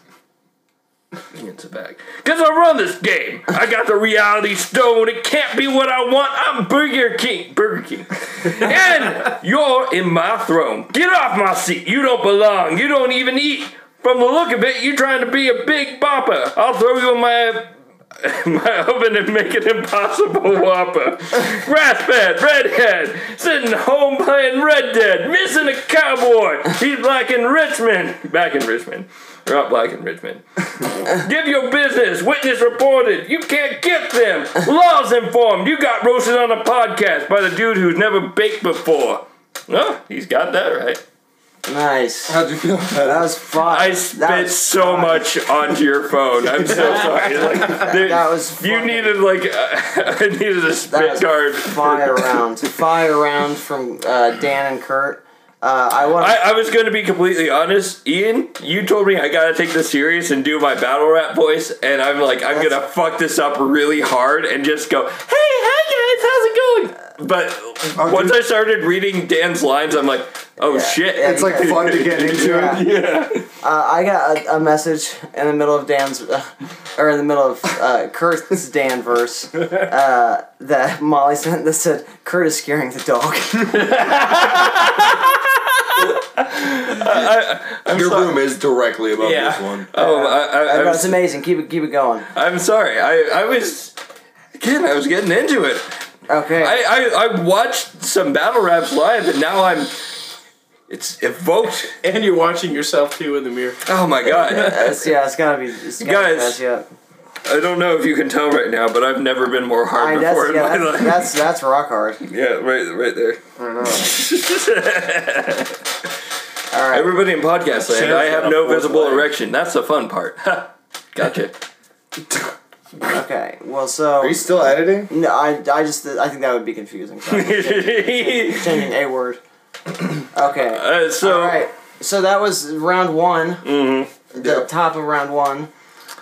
B: Ian's a fag. Cause I run this game. I got the reality stone. It can't be what I want. I'm Burger King. Burger King. and you're in my throne. Get off my seat. You don't belong. You don't even eat. From the look of it, you're trying to be a big bopper. I'll throw you in my <laughs> my oven and make an impossible whopper. Grass fed, redhead, sitting home playing Red Dead, missing a cowboy. He's black in Richmond. Back in Richmond. We're not black in Richmond. Give your business. Witness reported. You can't get them. Laws informed. You got roasted on a podcast by the dude who's never baked before. No, he's got that right.
A: Nice.
D: How'd you feel about
A: That was fun.
B: I
A: That
B: spit
A: was
B: so much onto your phone. I'm
A: <laughs>
B: so sorry. Like, there-
A: That was
B: you
A: fucking-
B: needed like <laughs> I needed a
A: That
B: spit
A: was
B: guard.
A: Fire round. Fire round from uh, Dan and Kurt. Uh, I want.
B: I, I was going to be completely honest, Ian. You told me I gotta take this serious and do my battle rap voice, and I'm like, I'm gonna fuck this up really hard and just go, "Hey, hey guys, how's it going?" But once I started reading Dan's lines, I'm like, "Oh shit!"
A: yeah,
E: It's like fun to get into.
A: Yeah. Uh, I got a, a message in the middle of Dan's, uh, or in the middle of uh, Kurt's
B: <laughs>
A: Dan verse uh, that Molly sent that said, Kurt is scaring the dog.
E: Your room is directly above
B: Yeah.
E: this one.
B: Oh, I, I, I
A: That's
B: was-
A: amazing. Keep it, keep it going.
B: I'm sorry. I, I was again. I was getting into it.
A: Okay.
B: I, I I watched some battle raps live, and now I'm It's evoked.
C: And you're watching yourself too in the
F: <laughs>
C: mirror.
B: Oh my god.
A: <laughs> It's, yeah, it's gotta be. It's gotta
B: Guys,
A: be messy up.
B: I don't know if you can tell right now, but I've never been more hard
A: I,
B: before
A: that's,
B: in
A: yeah,
B: my
A: that's,
B: life.
A: that's that's rock hard.
B: yeah, right, right there. <laughs>
A: All right.
B: Everybody in podcast land,
C: Sheriff's
B: I have
C: got a
B: no
C: fourth
B: visible
C: leg.
B: erection. That's the fun part. <laughs> Ha.
A: <laughs>
B: gotcha.
A: Okay. Well, so
E: Are you still editing?
A: no, I I just I think that would be
B: <laughs>
A: confusing. So I'm
B: uh,
A: changing a word. Okay.
B: <clears throat> so
A: All right. So that was round one. The top of round one,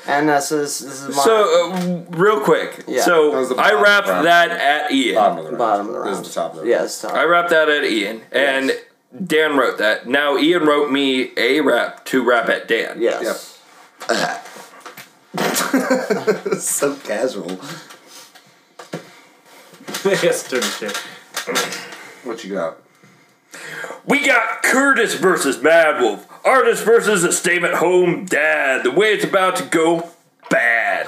A: and uh, so this this is my
B: so uh, real quick.
A: Yeah.
B: so
E: That was the
B: I
E: bottom
B: wrapped
E: round.
B: that at Ian.
E: Bottom of the round.
A: bottom of the
E: This
A: round.
E: is the top of the round.
A: Yes. Top.
B: I wrapped that at Ian, and Dan wrote that. Now Ian wrote me a rap to rap at Dan.
A: Yes.
E: so casual.
C: yes, turn the shit.
E: What you got?
B: We got Curtis versus Mad Wolf, artist versus a stay-at-home dad. The way it's about to go bad.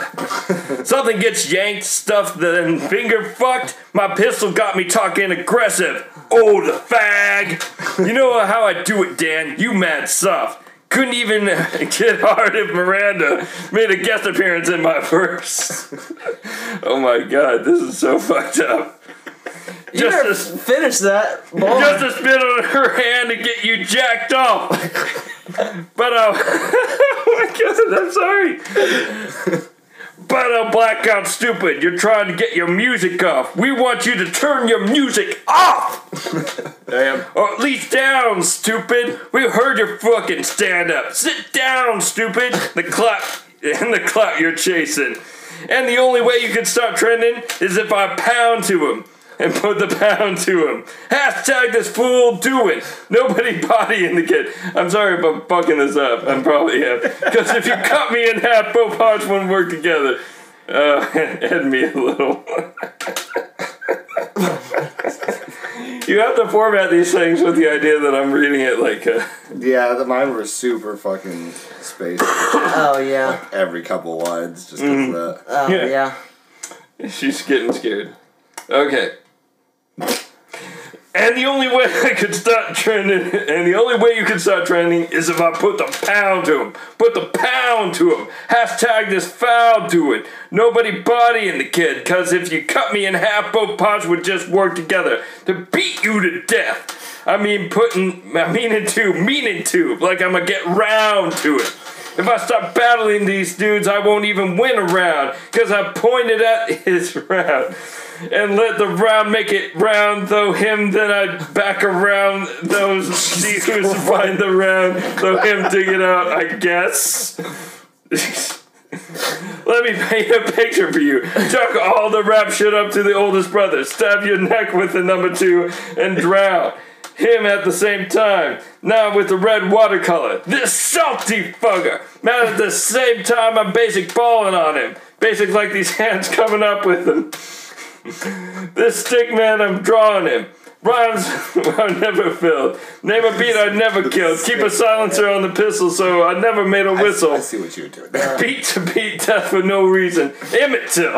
B: Something gets yanked, stuffed, then finger fucked. My pistol got me talking aggressive. Oh, the fag! You know how I do it, Dan. You mad soft. Couldn't even <laughs> get hard if Miranda made a guest appearance in my verse. <laughs> oh my god, this is so fucked up.
A: You
B: Just
A: better
B: this
A: finish
B: <laughs>
A: that. Boy.
B: just to spit on her hand and get you jacked off. but uh, <laughs> oh my god, I'm sorry. But uh, blackout stupid, you're trying to get your music off. We want you to turn your music off,
C: Damn.
B: or at least Oh, down, stupid. We heard your fucking stand up. Sit down, stupid. The clap <laughs> and the clap you're chasing. And the only way you can start trending is if I pound to him and put the pound to him. Hashtag this fool doing. Nobody <laughs> bodying the kid. I'm sorry if I'm fucking this up. I'm probably am. Because if you cut me in half, both parts wouldn't work together. Uh, <laughs> head me a little. you have to format these things with the idea that I'm reading it like a.
E: Yeah, the mine were super fucking spaced.
A: Oh yeah.
E: Every couple lines, just 'cause of that.
A: Oh
B: <laughs> Yeah.
A: yeah.
B: She's getting scared. Okay. And the only way I could start trending, and the only way you can start trending is if I put the pound to him. Put the pound to him. Hashtag this foul to it. Nobody bodying the kid, cause if you cut me in half, both parts would just work together to beat you to death. I mean, putting, I mean it to, meaning to, like I'm gonna get round to it. If I stop battling these dudes, I won't even win a round because I pointed at <laughs> his round. And let the round make it round, though him, then I back around those see who's find the round, though him dig it out, I guess. Let me <laughs> paint a picture for you. Chuck all the rap shit up to the oldest brother. Stab your neck with the number two and drown him at the same time. Now with the red watercolor. This salty fucker. Now at the same time, I'm basic balling on him. Basic like these <laughs> hands coming up with him. <laughs> This stick man, I'm drawing him. Rhymes <laughs> I never filled. Name a beat I never killed. Keep a silencer on the pistol so I never made a whistle
E: I see what you were doing there.
B: beat to beat death for no reason. Emmett Till.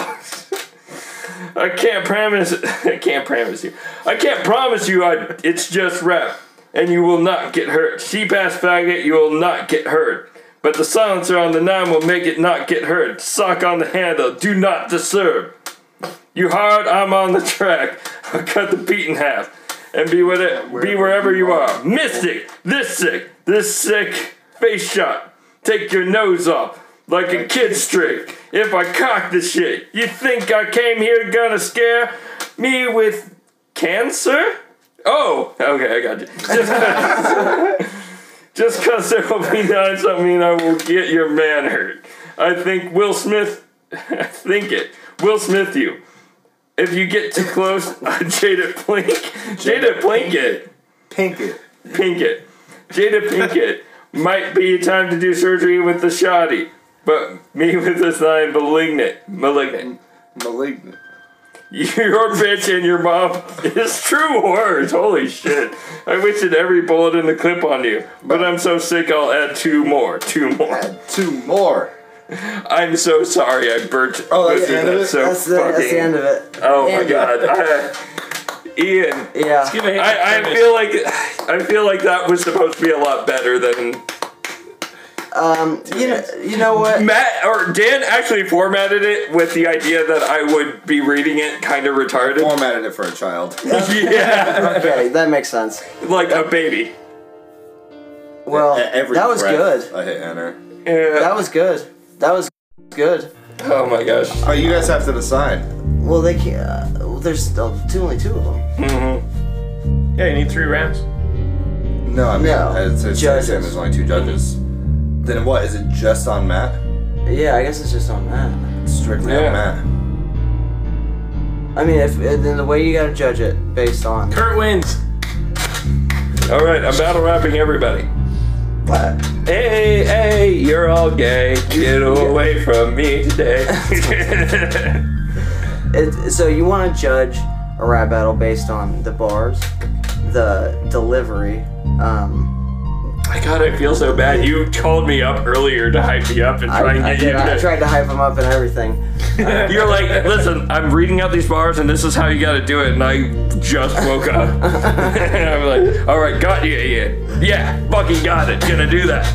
B: I can't promise. I can't promise you. I can't promise you. I. It's just rap, and you will not get hurt. Cheap ass faggot. You will not get hurt. But the silencer on the nine will make it not get hurt. Sock on the handle. Do not disturb. You hard. I'm on the track. <laughs> I'll cut the beat in half, and be with it. Be wherever you are. Mystic. This sick. This sick. Face shot. Take your nose off like a kid's trick. If I cock the shit, you think I came here gonna scare me with cancer? Oh, okay, I got you. Just, <laughs> just cause there will be none, doesn't mean I will get your man hurt. I think Will Smith, <laughs> I think it, Will Smith you. If you get too close, <laughs> Jada Plink, Jada Plinkett,
E: Pink it.
B: Pinkett, Jada Pinkett might be time to do surgery with the shoddy, but me with this nine malignant, malignant.
E: Malignant.
B: Your bitch and your mom is true words. Holy shit! I wasted every bullet in the clip on you, but I'm so sick I'll add two more, two more.
E: Add two <laughs> more.
B: I'm so sorry I burnt.
E: Oh,
B: busted
E: that's the end of
B: that
E: it?
B: So
A: That's the,
B: fucking. Uh,
E: <laughs>
A: that's the end of it.
B: Oh my
A: end.
B: god! I- Ian.
A: Yeah.
C: Give a hand.
B: I, I feel like I feel like that was supposed to be a lot better than
A: Um, you know, you know
B: <laughs>
A: what?
B: Matt or Dan actually formatted it with the idea that I would be reading it kind of
A: Oh,
B: retarded.
E: Formatted it for a <laughs> child.
B: <laughs> yeah,
A: Okay, that makes sense.
B: like a baby.
A: Well,
E: E- Every
A: that was
E: breath
A: good.
E: I hit enter.
B: Yeah.
A: That was good. That was good.
B: Oh my gosh.
E: But you guys have to decide.
A: Well, they can't. Uh, well, there's still two, only two of them.
C: yeah, you need three rounds.
E: No, I mean, uh,
A: No.
E: it's, it's the
A: Judges.
E: same. There's only two judges. Then what? Is it just on Matt?
A: Yeah, I guess it's just on that.
E: Strictly
B: Yeah.
E: on
A: I mean, if and then the way you gotta judge it based on.
C: Kurt wins.
B: All right, I'm battle rapping everybody.
E: Matt.
B: Hey, hey, you're all gay. Get away from me today. <laughs>
A: It, so you want to judge a rap battle based on the bars, the delivery. Um,
B: My God, I feel so bad. You called me up earlier to hype me up and
A: I,
B: try and
A: I
B: get
A: did.
B: you
A: I
B: to-
A: tried to hype them up and everything.
B: You're like, listen, I'm reading out these bars and this is how you gotta do it, and I just woke up. <laughs> I'm like, alright, got you, Ian. Yeah, fucking got it. Gonna do that.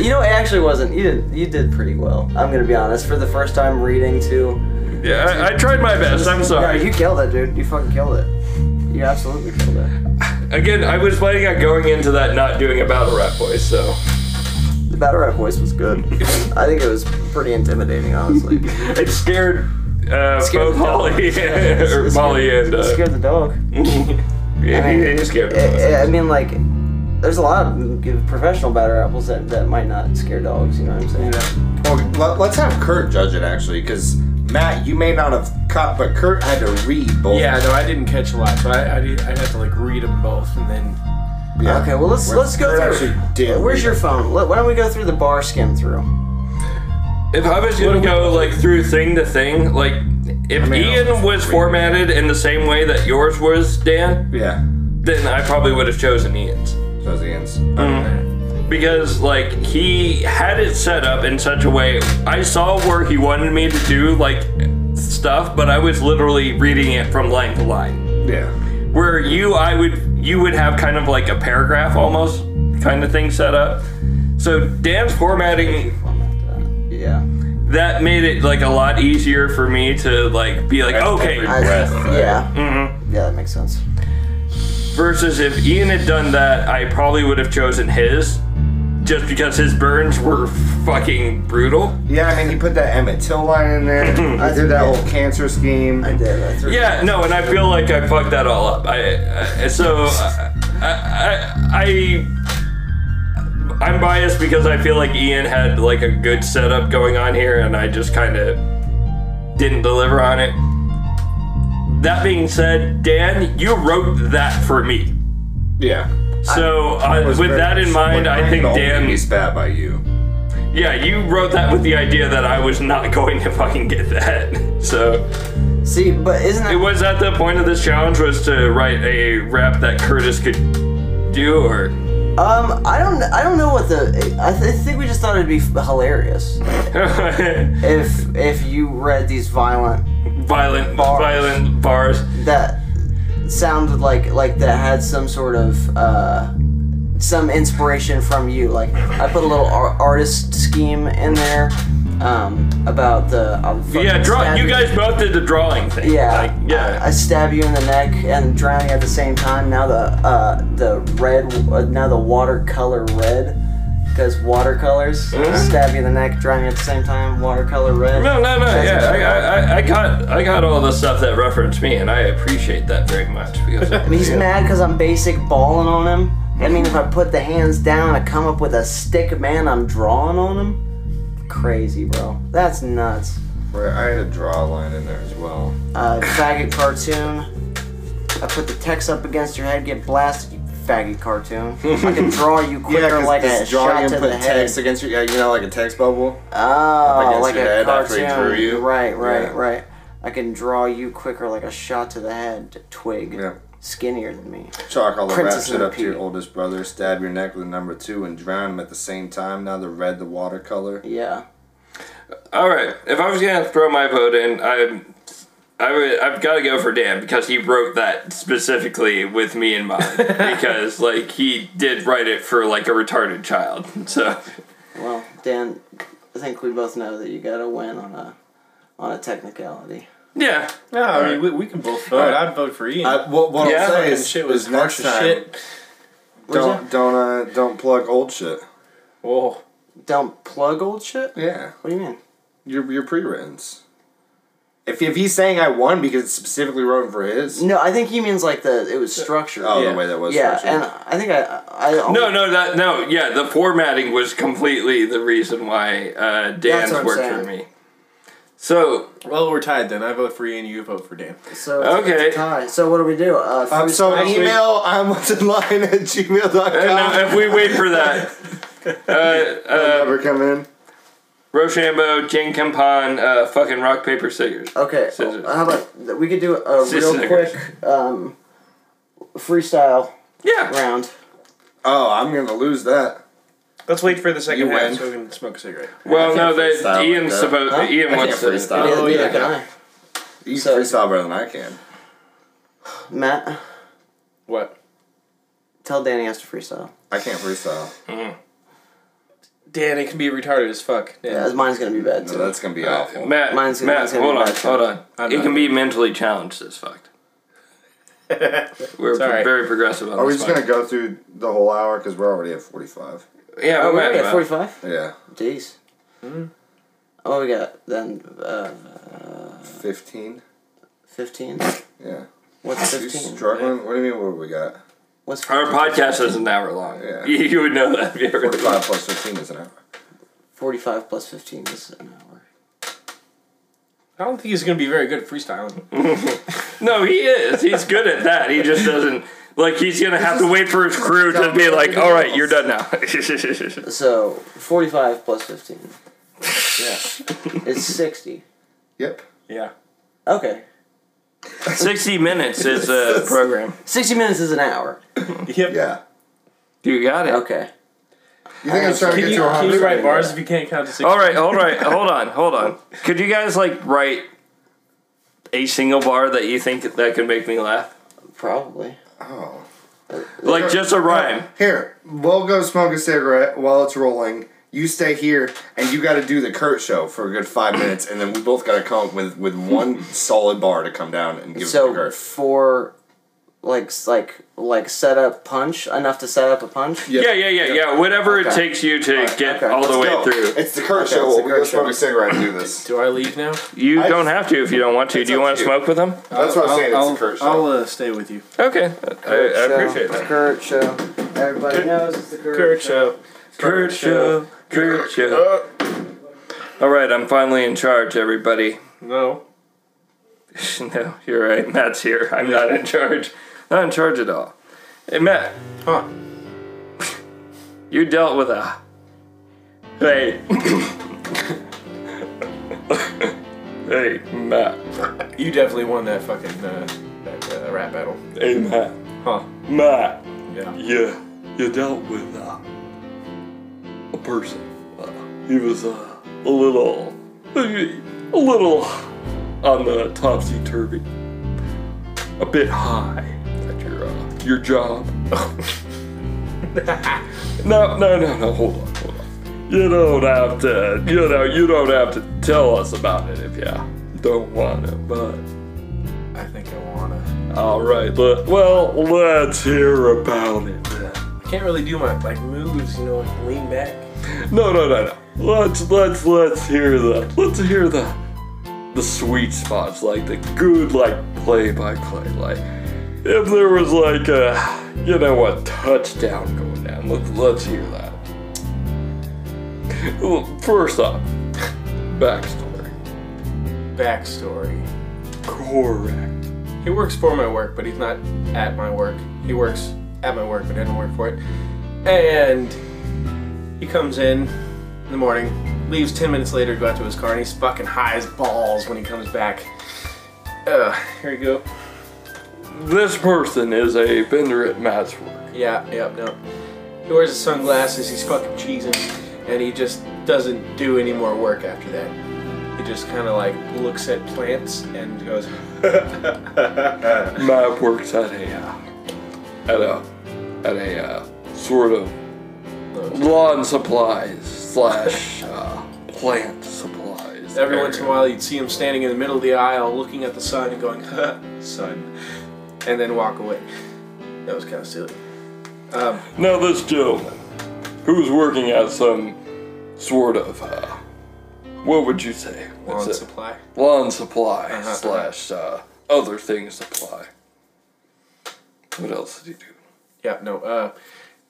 A: You know, it actually wasn't. You did. You did pretty well. I'm gonna be honest. For the first time reading too.
B: Yeah, I, I tried my best, I'm
A: Yeah,
B: sorry.
A: you killed it, dude. You fucking killed it. You absolutely killed it.
B: Again, I was planning on going into that not doing a battle rap voice, so.
A: The battle rap voice
B: <laughs>
A: was good. I think it was pretty intimidating,
B: Er,
A: honestly.
B: It scared, uh,
A: Scared
B: both
C: <laughs>
A: the
B: Holly, or Molly and.
A: It
B: Uh,
A: scared the dog.
B: <laughs> yeah,
A: I
B: he-
A: mean,
B: he scared
A: it-
B: us.
A: it- I mean, like, there's a lot of good professional batter apples that, that might not scare dogs. You know what I'm saying?
E: Well, let, let's have Kurt judge it actually, because Matt, you may not have caught, but Kurt had to read both.
C: Yeah, no, I didn't catch a lot, so I I, did, I had to like read them both and then.
E: Yeah.
A: Okay, well let's
E: Where-
A: let's go
E: Kurt
A: through.
E: actually did
A: Where's
E: read
A: your
E: it.
A: phone? Let- Why don't we go through the bar skim through?
B: If I was gonna go like through thing to thing, like if Ian was formatted in the same way that yours was, Dan,
E: Yeah.
B: then I probably would have chosen Ian's.
E: So it's Ian's.
B: Because like he had it set up in such a way I saw where he wanted me to do like stuff, but I was literally reading it from line to line.
E: Yeah.
B: Where you I would you would have kind of like a paragraph almost kind of thing set up. So Dan's formatting
A: Yeah.
B: that made it like a lot easier for me to like be like okay
A: I, yeah. Mm-hmm. Yeah, that makes sense.
B: versus if ian had done that i probably would have chosen his just because his burns were fucking brutal
E: Yeah, I mean, he put that Emmett Till line in <laughs> there. I did that whole cancer scheme.
A: I did. I threw-
B: yeah no and i feel like i fucked that all up i, I so I, I i i'm biased because i feel like ian had like a good setup going on here and i just kind of didn't deliver on it that being said dan you wrote that for me
E: Yeah.
B: So uh,
E: Was
B: with
E: very
B: that in
E: much
B: mind,
E: like
B: I think
E: the only thing
B: Dan.
E: He's bad by you.
B: Yeah, you wrote that with the idea that I was not <laughs> going to fucking get that. So
A: See, but isn't that
B: it was at the point of this challenge was to write a rap that Curtis could do, or <laughs>
A: Um, I don't, I don't know what the. I, th- I think we just thought it'd be f- hilarious if if you read these violent
B: violent,
A: Bars.
B: violent bars.
A: that sounded like like that had some sort of uh, some inspiration from you. Like I put a little ar- artist scheme in there um, about the. I'll fucking
B: Yeah, draw.
A: stab
B: You guys both did the drawing thing.
A: Yeah, Uh,
B: Like, yeah.
A: I, I stab you in the neck and drowning at the same time. Now the uh, the red, uh, now the watercolor red, because watercolors stab you in the neck, drowning at the same time. Watercolor red.
B: no, no, no.
A: That's
B: Yeah,
A: exactly-
B: I, I, I, I got, I got all the stuff that referenced me, and I appreciate that very much
A: <laughs>
B: because
A: I mean, he's mad because I'm basic balling on him. I mean,
E: Mm-hmm.
A: if I put the hands down, I come up with a stick man. I'm drawing on him. Crazy, bro. That's nuts.
E: Where I had a draw line in there as well. <laughs>
A: Uh, faggot cartoon. I put the text up against your head, get blasted. You faggot cartoon. I
E: <laughs>
A: can draw you quicker like a
E: this drawing
A: shot to
E: and put
A: the head.
E: text against your, yeah, you know, like a text bubble.
A: Oh,
E: against
A: like
E: your
A: a
E: head after he
A: cartoon.
E: drew you.
A: Right, right,
E: Yeah.
A: right. I can draw you quicker like a shot to the head. Twig.
E: Yeah.
A: Skinnier than me.
E: Chalk all the
A: Princess
E: rap shit
A: and
E: up to your
A: Pete.
E: oldest brother. Stab your neck with a number two and drown him at the same time. Now the red, the watercolor.
A: Yeah.
B: All right. If I was gonna throw my vote in, I I would, I've got to go for Dan because he wrote that specifically with me in
E: <laughs>
B: mind because like he did write it for like a retarded child. So
A: Well, Dan, I think we both know that you got to win on a on a technicality.
B: yeah,
G: No, I mean, we, we can both vote. I'd vote for Ian.
E: I, Uh, what what
B: Yeah.
E: I'll say
G: Fucking
E: is,
G: shit was
E: is next
G: harsh as
E: time,
G: shit.
E: don't don't uh, don't plug old shit.
G: Whoa.
A: Don't plug old shit.
E: Yeah,
A: What do you mean?
E: your your pre-writtens. If, if he's saying I won because it's specifically written for his,
A: No, I think he means like the it was structured.
E: oh
G: Yeah.
E: the way that was.
A: yeah,
E: structured.
A: and I think I I I-
B: no, no, that no, yeah. The formatting was completely the reason why uh, Dan's
A: what I'm
B: worked for
A: saying.
B: me. So
G: Well, we're tied then. I vote for Ian, you vote for Dan.
A: So
B: Okay.
A: it's a tie. So what do we do? Uh,
E: Um,
A: first-
E: so
G: last week-
E: email I'm what's in line at gmail.com.
B: and now if we wait for
A: <laughs>
B: that, uh, uh,
E: Ever come in?
B: Rochambeau, Jane Kempan, uh, fucking rock paper scissors.
A: okay.
B: Scissors.
A: How about we could do a real
B: Scissors.
A: quick um, freestyle
B: Yeah,
A: round.
E: Oh, I'm gonna lose that.
F: Let's wait for the second
E: You
F: half
E: win.
F: so we can smoke a cigarette.
B: well, no,
E: freestyle
B: that
E: like
B: Ian's
E: that.
B: supposed.
A: Huh?
B: Ian
E: I
B: wants
E: can't
B: to.
E: freestyle.
A: Neither-
E: Oh,
A: neither
E: yeah.
A: can I.
E: You
A: So-
E: freestyle better than I can.
A: Matt,
G: What?
A: tell Danny he has to freestyle.
E: I can't freestyle.
F: Dan, it can be retarded as fuck.
A: Yeah,
F: Yeah.
A: mine's gonna be bad
E: So
A: too.
E: that's gonna be
A: Uh,
E: awful.
B: Matt,
A: Mine's-
B: Matt,
A: mine's gonna
B: hold
A: be
B: on,
A: bad, too.
B: hold on.
G: I'm
B: it
G: not
B: can be mentally challenged as fuck. We're
F: all right.
B: very progressive on
E: Are we
B: this.
E: just
B: one.
E: gonna go through the whole hour? Because we're already at 45.
B: Yeah,
A: Oh,
B: we're
A: we're at
B: at
A: forty five.
E: Yeah,
A: Jeez. Oh, we got then uh,
E: 15.
A: fifteen.
E: Yeah.
A: What's
E: You
A: fifteen?
E: struggling? What do you mean? What do we got?
A: What's
B: Our podcast is an hour long.
E: Yeah.
B: <laughs> You, you would know that. If you ever
E: 45 plus 15 is an hour.
A: forty five plus fifteen is an hour.
F: I don't think he's gonna be very good at freestyling.
B: No, he is. He's good at that. He just doesn't. Like he's gonna have to wait for his crew to be like, "All right, you're done
E: <laughs>
B: now."
A: So forty five plus fifteen is sixty.
E: Yep.
F: Yeah.
A: Okay.
B: Sixty minutes is
E: <laughs>
B: a program.
A: Sixty minutes is an hour.
E: Yeah.
B: You got it.
A: Okay.
E: You think I'm trying
F: Can
E: to get
F: you,
E: to
F: can
E: 100?
F: you write bars if you can't count to six?
B: All right, all right, hold on, hold on. Could you guys like write a single bar that you think that could make me laugh?
A: Probably.
E: Oh.
B: Like just a rhyme.
E: Here, we'll go smoke a cigarette while it's rolling. You stay here, and you got to do the Kurt show for a good five minutes, and then we both got to come up with, with one solid bar to come down and give it to
A: So
E: Kurt.
A: for like s- like like set up punch enough to set up a punch.
B: Yeah, yeah, yeah, yeah. Whatever it
A: Okay.
B: takes you to get
A: okay.
B: all the way
E: Go.
B: through.
E: It's the Kurt
A: it's
E: show.
A: the
E: We'll
A: Kurt
E: go
A: show.
E: smoke a cigarette and do this.
F: Do I leave now?
B: You
E: I-
B: don't have to if you don't want to. Do you
E: up
B: want
E: to
B: to
E: you.
B: smoke with them?
E: That's what I'm saying. It's the Kurt show.
G: I'll uh, stay with you.
B: Okay, I, I appreciate
A: Show.
B: that.
A: Kurt show. Everybody knows it's the Kurt,
F: show.
B: Kurt show, Kurt show.
E: Uh.
B: All right, I'm finally in charge, everybody. <laughs>
F: No.
B: no, you're right. Matt's here. I'm not in charge. Not in charge at all. Hey, Matt.
F: Huh.
B: You dealt with a. Hey. <laughs> hey, Matt.
F: You definitely won that fucking uh, that uh, rap battle.
B: Hey, Matt.
F: Huh.
B: Matt.
F: Yeah.
B: Yeah, you dealt with uh, a person. Uh, he was uh, a little, a little on the topsy turvy, a bit high at your uh, your job. <laughs> no, no, no, no. Hold on, hold on. You don't have to. You know, you don't have to tell us about it if you don't want to. But
F: I think I wanna.
B: all right, but well, let's hear about it then.
F: I can't really do my like moves, you know, like lean back.
B: No, no, no, no. Let's let's let's hear the let's hear the the sweet spots, like the good, like play by play, like if there was like a you know a touchdown going down. Let's let's hear that. Well, First up, backstory.
F: Backstory.
B: Correct.
F: He works for my work, but he's not at my work. He works at my work, but I don't work for it. And he comes in in the morning, leaves 10 minutes later to go out to his car, and he's fucking high as balls when he comes back. Ugh, here we go.
B: This person is a bender at Matt's work.
F: Yeah, yep, no. He wears his sunglasses, he's fucking cheesing, and he just doesn't do any more work after that. He He just kind of like looks at plants and goes,
H: Matt works at a uh, at a at a uh, sort of lawn supplies slash uh, plant supplies.
F: Every once in a
H: area.
F: while, you'd see him standing in the middle of the aisle, looking at the sun and going, <laughs> "Huh, sun," and then walk away. That was kind of silly.
H: Now this gentleman, who's working at some sort of uh, what would you say? What's
F: Lawn
H: it?
F: supply.
H: lawn supply
F: Uh-huh.
H: slash uh, other things supply. What else did he do?
F: Yeah, no. Uh,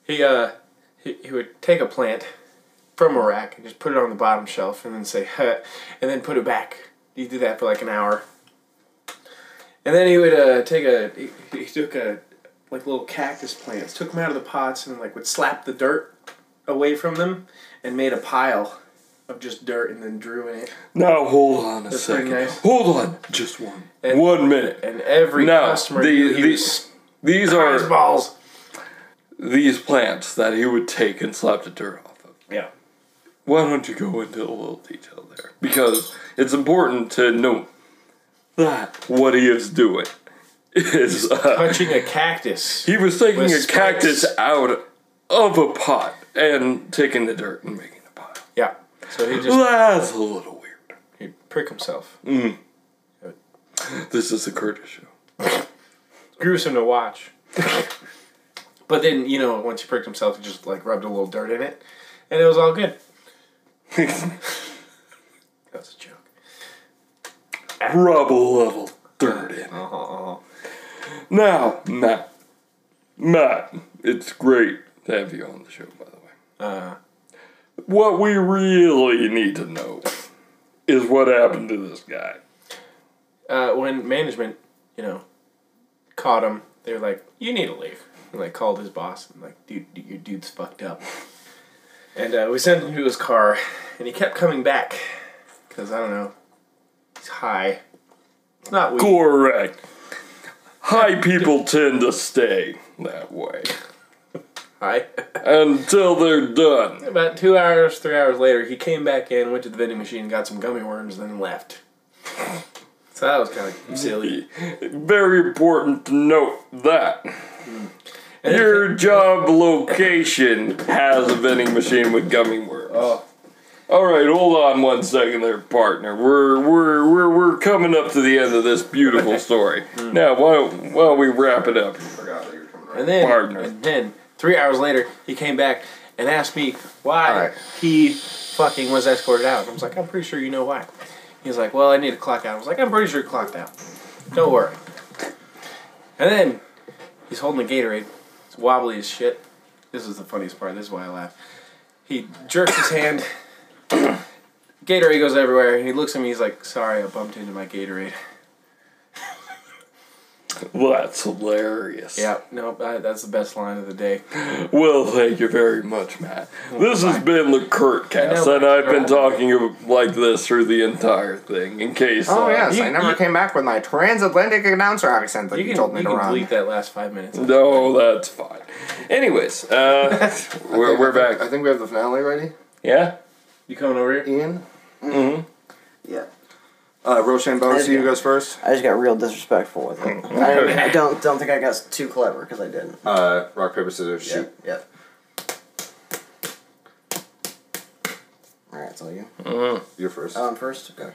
F: he uh, he, he would take a plant from a rack and just put it on the bottom shelf, and then say "huh," and then put it back. He did that for like an hour, and then he would uh, take a he, he took a like little cactus plants, took them out of the pots, and like would slap the dirt away from them, and made a pile of just dirt, and then drew in it.
H: Now hold on a
F: pretty
H: second.
F: nice.
H: Hold on, just one.
F: And-
H: one minute.
F: And every
H: No,
F: customer
H: the-
F: knew he
H: the-
F: was
H: These are
F: balls.
H: these plants that he would take and slap the dirt off of.
F: Yeah.
H: Why don't you go into a little detail there? Because it's important to note that what he is doing is uh,
F: Punching a cactus.
H: he was taking a
F: With
H: cactus
F: spikes.
H: out of a pot and taking the dirt and making a pile.
F: Yeah. So he just
H: That's a little weird.
F: he'd prick himself.
H: This is the Curtis show.
F: gruesome to watch. <laughs> but then, you know, once he pricked himself, he just like rubbed a little dirt in it, and it was all good.
H: <laughs>
F: That's a joke.
H: Rubble level dirt in. it. Now, Matt. Matt, it's great to have you on the show, by the way.
F: Uh,
H: What we really need to know is what happened to this guy.
F: uh, when management, you know, caught him, they were like, "You need to leave." And like called his boss and like, "Dude, dude, your dude's fucked up." And uh, we sent him to his car, and he kept coming back because I don't know, he's high. It's not weed.
H: Correct. High people tend to stay that way
F: High. <laughs>
H: until they're done.
F: About two hours, three hours later, he came back in, went to the vending machine, got some gummy worms, then left. <laughs> So that was kind of silly.
H: Very important to note that
F: And then,
H: your job location has a vending machine with gummy worms.
F: Oh.
H: All right, hold on one second there, partner. We're we're we're, we're coming up to the end of
F: <laughs>
H: this beautiful story.
F: Hmm.
H: Now, why don't, why don't we wrap it up?
F: and then,
H: Partner.
F: and then, three hours later, he came back and asked me why he fucking was escorted out. I was like, I'm pretty sure you know why. He's like, Well, I need to clock out. I was like, I'm pretty sure you clocked out. Don't worry. And then he's holding a Gatorade. It's wobbly as shit. This is the funniest part. This is why I laugh. He jerks his hand. Gatorade goes everywhere. He looks at me. He's like, "Sorry, I bumped into my Gatorade."
H: Well, that's hilarious.
F: Yeah, no, I, that's the best line of the day.
H: Well, thank you very much, Matt. This has been the Kurt cast,
F: I know,
H: and
F: but-
H: I've been talking ab- like this through the entire thing. In case,
E: Oh
H: uh,
E: yes,
F: you-
E: I never
F: you-
E: came back with my transatlantic announcer accent that
F: You
E: you,
F: can,
E: told me
F: you
E: to
F: can
E: run.
F: delete that last five minutes.
H: no, that's fine. Anyways, uh, we're, we're
E: I
H: back.
E: think we have the finale ready,
H: Yeah,
F: You coming over here?
E: Ian.
A: Yeah.
E: Uh, Rochambeau,
A: Let's
E: see who
A: go.
E: goes first.
A: I just got real disrespectful with it. I, I don't don't think I got s- too clever because I didn't.
E: Uh, rock paper scissors
A: Yeah.
E: shoot.
A: Yeah. All right, it's all you.
E: You're first.
A: Um, first. Okay.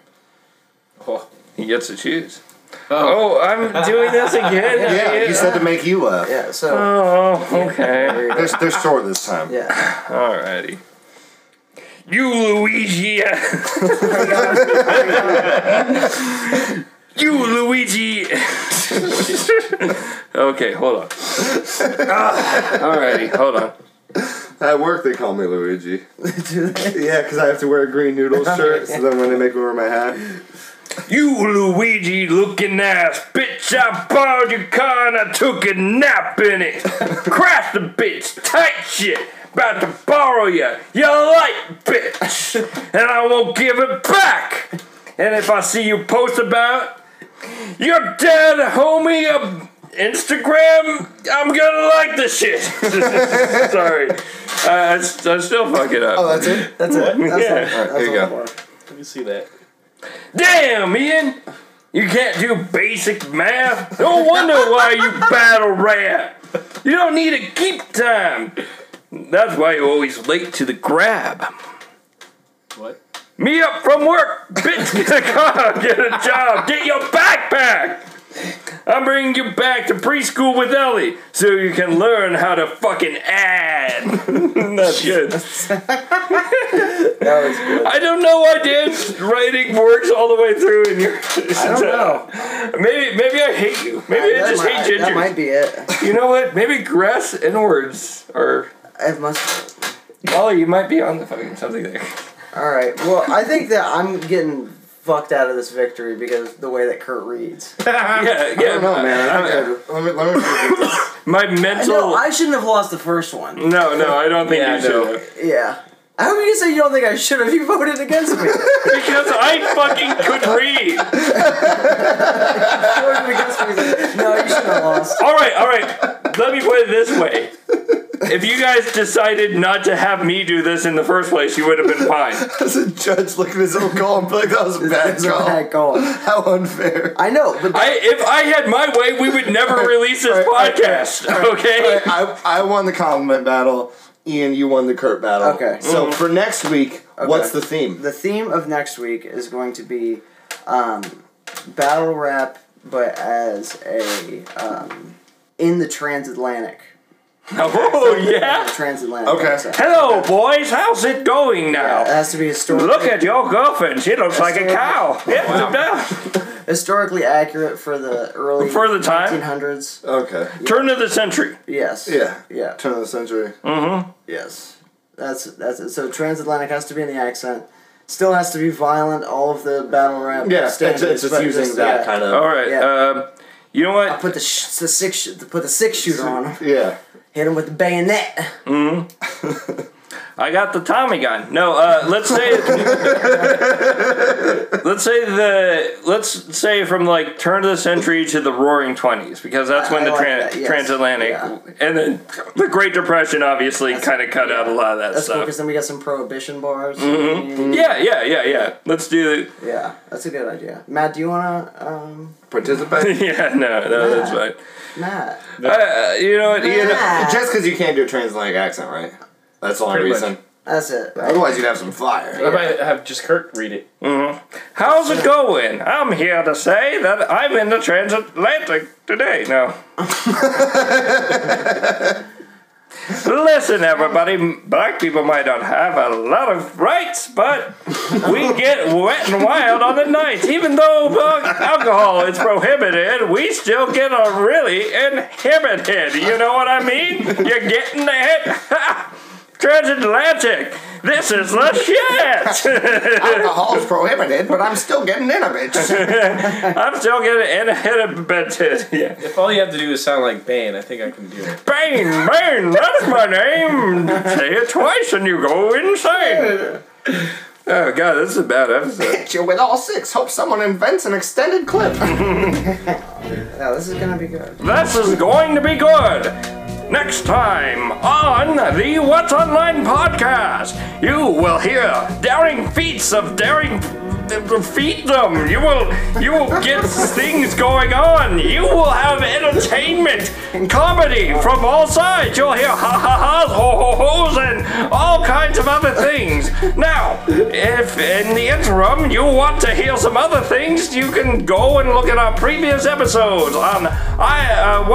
F: Oh,
H: he gets to choose. Oh, I'm doing this again.
E: yeah, you said to make you laugh.
A: Yeah. So.
H: Oh, okay.
A: there you go.
E: They're,
A: <laughs>
E: they're short this time.
A: Yeah.
H: Alrighty. You Luigi. you Luigi. okay, hold on.
B: Ah,
H: Alrighty, hold on.
E: At work, they call me
D: <laughs>
E: Luigi. yeah, because I have to wear a green noodle shirt, so then when they make me wear my hat.
H: You Luigi looking ass bitch. I borrowed your car and I took a nap in it. Crash the bitch. Tight shit. About to borrow you. You like bitch. And I won't give it back. And if I see you post about your dead homie on Instagram, I'm gonna like this shit. <laughs> Sorry. I, I, I still fuck it up.
E: That's it?
A: That's it. That's
H: yeah.
A: all.
E: There you go.
F: let me see that.
B: Damn, Ian! You can't do basic math? No wonder why you battle rat! You don't need a keep time! That's why you're always late to the grab.
H: What?
B: Me up from work! Bitch, get a car, get a job, get your backpack! I'm bringing you back to preschool with Ellie so you can learn how to fucking add. That's good.
A: That was good.
B: I don't know why Dan's writing works all the way through in your. I
A: don't know.
B: Maybe maybe I hate you. Maybe I
A: That
B: just
A: might-
B: hate
A: That
B: ginger.
A: might be it.
B: You know what? Maybe grass and words are.
A: It must.
B: Ollie, Oh, you might be on the fucking something there.
A: All right. Well, I think that I'm getting fucked out of this victory because the way that Kurt reads.
B: <laughs> yeah, yeah.
D: No, man. I
B: I-
D: think I, let me let me read this.
B: my
A: No,
B: mental.
A: I shouldn't have lost the first one.
B: no, no, I don't think you should.
A: Yeah. How are you gonna say you don't think I should have? You voted against me. You
B: Because I fucking could read.
A: voted against me. No, you should have lost.
B: All right, all right. Let me put it this way. If you guys decided not to have me do this in the first place, you would have been fine.
D: As a <laughs> judge looking at his own call and be like, that was a bad
A: That's a
E: <laughs>
D: call.
A: bad call.
D: How unfair.
A: I know, but
B: I, if I had my way, we would never release this podcast. Okay.
D: <laughs> I, I won the compliment battle. Ian, you won the Kurt battle.
A: Okay.
D: So
E: Mm-hmm.
D: for next week, what's the theme?
A: the theme of next week is going to be um, battle rap, but as a um, in the transatlantic.
B: Oh yeah.
A: Transatlantic.
D: Okay.
A: accent.
B: Hello, boys. How's it going
A: It
B: now?
A: has to be historically,
B: Look at your girlfriend. She looks like a cow. Yeah.
A: historically accurate for the early
B: For the time.
A: 1900s.
D: Okay.
B: Turn of the century.
A: Yes.
D: Yeah.
A: Yeah.
D: Turn of the century.
E: Mm-hmm.
A: Yes. That's that's it. So transatlantic has to be in the accent. Still has to be violent. All of the battle rap.
D: Yeah, it's,
A: standards,
D: it's just
A: but
D: using
A: just,
D: that
A: yeah.
D: kind of.
B: All right.
A: Yeah.
B: Um, you know what?
A: Put the sh- the six sh- put the six shooter on him.
D: Yeah.
A: Hit him with the bayonet.
B: I got the Tommy gun. No, uh, let's say let's say the let's say from like turn of the century to the Roaring Twenties because that's when
A: I
B: the
A: like
B: tran-
A: that, yes.
B: transatlantic
A: Yeah.
B: and then the Great Depression obviously kind of cut out a lot of that
A: That's cool
B: stuff.
A: because then we got some prohibition bars.
B: Yeah, yeah, yeah, yeah. Let's do
A: Yeah, that's a good idea. Matt, do you wanna? Um,
B: the <laughs>
D: Participate.
B: yeah. No, no, that's fine.
A: Matt.
B: Uh, you know what? You know,
A: Matt.
D: <laughs> Just because you can't do a transatlantic accent, right? That's the only
H: Pretty
D: reason.
A: That's it.
D: Otherwise, you'd have some fire.
H: I might have just Kurt read it.
B: how's it going? I'm here to say that I'm in the transatlantic today. No. Listen, everybody, m- black people might not have a lot of rights, but we get wet and wild on the nights. Even though uh, alcohol is prohibited, we still get a really inhibited. You know what I mean? You're getting it? <laughs> Transatlantic. This is the shit.
D: Alcohol's prohibited, but I'm still getting in a bitch.
B: I'm still getting inhibited. Yeah.
H: If all you have to do is sound like Bane, I think I can do it.
B: Bane, Bane, that's my name. Say it twice and you go insane. Oh god, this is a bad episode.
D: Hit you with all six. Hope someone invents an extended clip.
A: No, this is gonna be good.
B: This is going to be good. Next time on the What's Online podcast, you will hear daring feats of daring feet them. You will you will get things going on. You will have entertainment, comedy from all sides. You'll hear ha ha ha's, ho ho ho's, and all kinds of other things. Now, if in the interim you want to hear some other things, you can go and look at our previous episodes on I uh,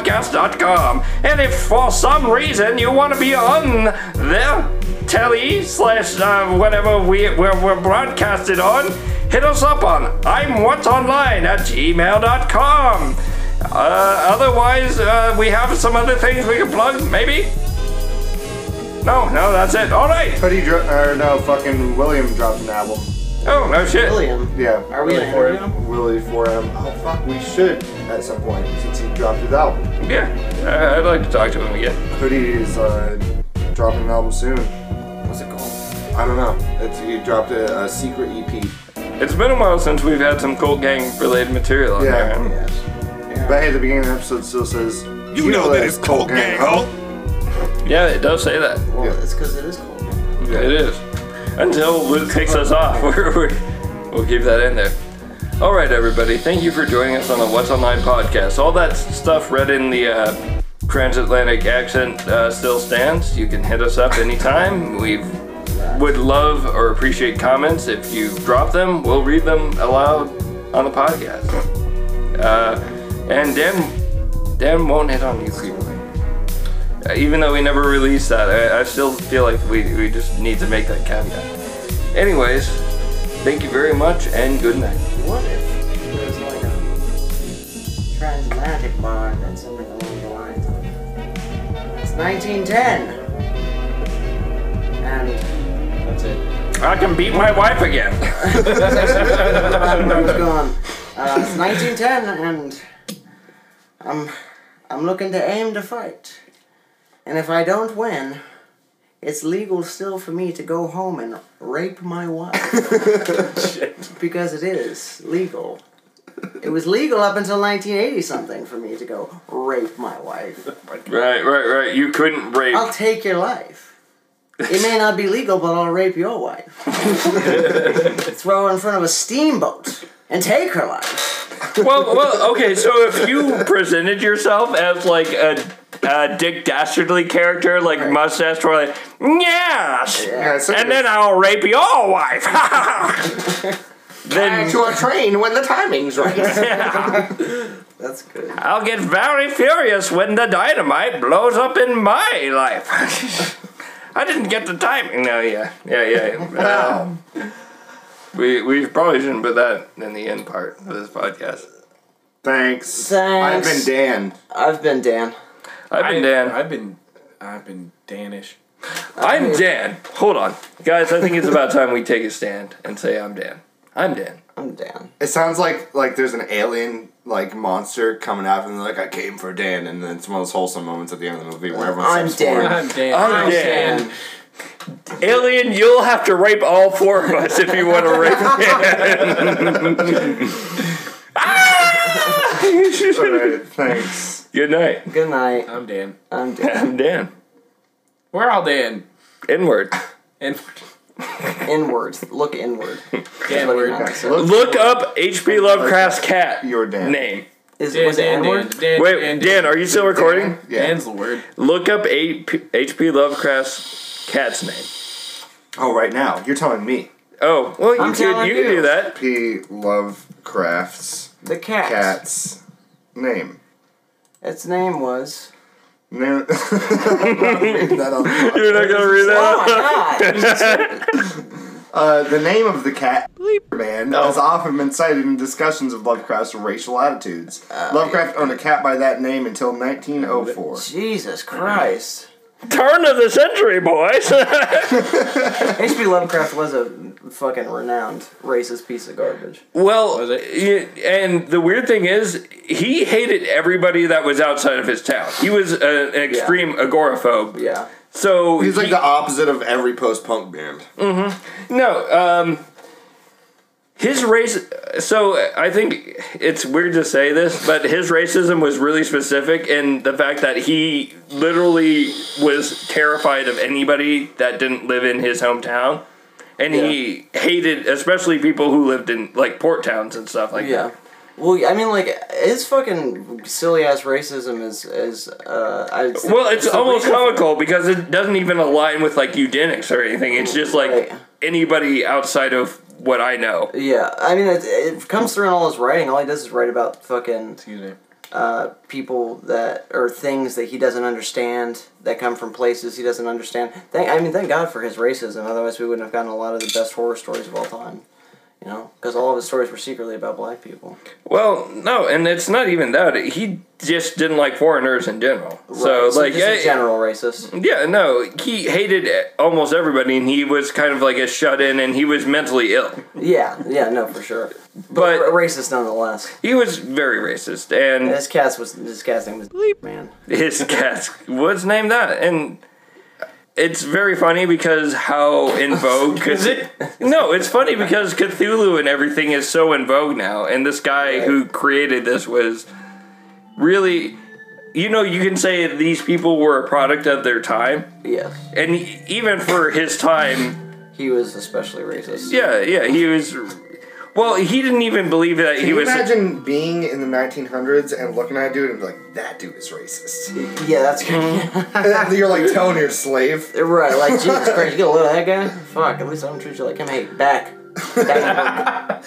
B: whatsonlinepodcast.com. And if for some reason you want to be on there telly slash uh, whatever we, we're, we're broadcasted on, hit us up on I'm What's Online at gmail.com. Uh, otherwise, uh, we have some other things we can plug, maybe? No, no, that's it. All right.
D: Hoodie dro- or no, fucking William dropped an album.
B: Oh, no shit.
A: William,
D: Yeah.
A: are we gonna interview him?
D: Willie for him. Oh fuck, we should at some point since he dropped his album.
B: Yeah, uh, I'd like to talk to him again.
D: Hoodie is uh, dropping an album soon.
A: What's it called?
D: I don't know. It's, he dropped a, a secret E EP.
B: It's been a while since we've had some Colt Gang related material on
D: Yeah.
B: there.
A: Yes.
D: But hey, the beginning of the episode still says, You, know, that it's Cold Gang, huh?
B: Yeah, it does say that.
A: Well,
D: Yeah.
A: it's because it is cold.
B: It is. Until Luke kicks us off. <laughs> We're, we're, We'll keep that in there. All right, everybody. Thank you for joining us on the What's Online podcast. All that stuff read in the uh, transatlantic accent uh, still stands. You can hit us up anytime. We would love or appreciate comments. If you drop them, we'll read them aloud on the podcast. Uh, and Dan, Dan won't hit on you frequently. Uh, Even though we never released that, I, I still feel like we, we just need to make that caveat. Anyways, thank you very much and good night.
A: What if there was like a transatlantic bar that something along the lines of it's 1910, and
H: That's it.
B: I can beat my wife again.
A: I'm gone. Uh, it's 1910, and I'm I'm looking to aim to fight, and if I don't win. It's legal still for me to go home and rape my wife. because it is legal. It was legal up until 1980 something for me to go rape my wife.
B: right, right, right. You couldn't rape.
A: I'll take your life. It may not be legal, but I'll rape your wife. Throw her in front of a steamboat and take her life.
B: <laughs> Well, well, okay. So if you presented yourself as like a, a Dick Dastardly character, like mustache twirling, yes,
A: Yeah,
D: so
B: and then I'll rape your wife. <laughs> then
D: to a train when the timing's right.
A: That's good.
B: I'll get very furious when the dynamite blows up in my life. <laughs> I didn't get the timing. No, yeah, yeah, yeah.
A: <laughs>
B: Uh, we we probably shouldn't put that in the end part of this podcast.
D: Thanks. I've
A: Thanks.
D: been Dan.
A: <laughs> I've been Dan.
B: I've been Dan.
H: I've been, I've been Danish.
B: I'm Dan. Hold on. Guys, I think it's about time we take a stand and say I'm Dan. I'm Dan.
A: I'm Dan.
D: It sounds like like there's an alien like monster coming out and they're like I came for Dan and then it's one of those wholesome moments at the end of the movie where everyone's
A: Uh, I'm Dan.
H: I'm Dan.
B: I'm Dan. Alien, you'll have to rape all four of us if you want to rape <laughs> Dan. Ah!
D: Thanks.
B: Good night.
A: Good night.
H: I'm Dan.
A: I'm
D: <laughs>
A: Dan.
B: I'm Dan.
H: We're all Dan.
B: Inward.
H: And
A: Inward. Look inward.
H: Dan
A: Look
H: word.
A: inward.
B: Look up H.P. Lovecraft's cat
D: You're Dan.
B: name.
A: Is
H: Dan,
A: was it
H: Dan, Dan,
A: inward?
H: Dan,
B: Wait, Dan, are you still recording?
D: Yeah.
H: Dan's the word.
B: Look up H.P. Lovecraft's cat's name.
D: Oh, right now you're telling me.
B: Oh, well, you, could,
A: telling
B: you can do
A: you.
B: that.
D: P. Lovecraft's
A: The cat.
D: cat's name.
A: Its name was.
D: No- Read that on the-
B: You're not going to read that?
A: Oh my god!
D: <laughs> Uh, the name of the cat, Man, has often been cited in discussions of Lovecraft's racial attitudes.
E: Uh,
D: Lovecraft owned a cat by that name until 1904.
A: Jesus Christ.
B: turn of the century, boys. <laughs>
A: H.P. Lovecraft was a fucking renowned racist piece of garbage.
B: well, y- and the weird thing is, he hated everybody that was outside of his town. He was a, an extreme agoraphobe.
A: Yeah.
B: So
D: He's like
B: he-
D: the opposite of every post-punk band.
B: no. Um, his race. So I think it's weird to say this, but his racism was really specific in the fact that he literally was terrified of anybody that didn't live in his hometown. And he hated, especially people who lived in like port towns and stuff like that.
A: Yeah. Well, I mean, like his fucking silly ass racism is is uh. I
B: Well, it's
A: the
B: almost
A: reason-
B: comical because it doesn't even align with like eugenics or anything. It's just like
A: Right.
B: anybody outside of what I know.
A: Yeah, I mean, it, it comes through in all his writing. All he does is write about fucking
H: Excuse me.
A: uh, people that or things that he doesn't understand that come from places he doesn't understand. Thank, I mean, thank God for his racism. Otherwise, we wouldn't have gotten a lot of the best horror stories of all time. You know, because all of his stories were secretly about black people.
B: Well, no, and it's not even that. He just didn't like foreigners in general. So
A: Right,
B: like
A: just a
B: eh,
A: general racist.
B: yeah, no, he hated almost everybody and he was kind of like a shut-in and he was mentally ill.
A: Yeah, yeah, no, for sure.
B: But
A: Ra- racist nonetheless.
B: he was very racist and
A: This cast was this cat's name was man.
B: his cat was named that and it's very funny because how
E: <laughs>
B: in vogue because it no it's funny because cthulhu and everything is so in vogue now and this guy who created this was really you know you can say these people were a product of their time
A: Yes,
B: and e- even for his time
A: he was especially racist.
B: yeah yeah he was Well, he didn't even believe that he
E: Can you
B: was.
E: imagine being in the 1900s and looking at a dude and be like, that dude is racist? <laughs>
A: Yeah, that's good.
E: and you're like telling your slave.
A: Right, like Jesus Christ, you get a load of that guy? Fuck, at least I don't treat you like him. Hey, back. back.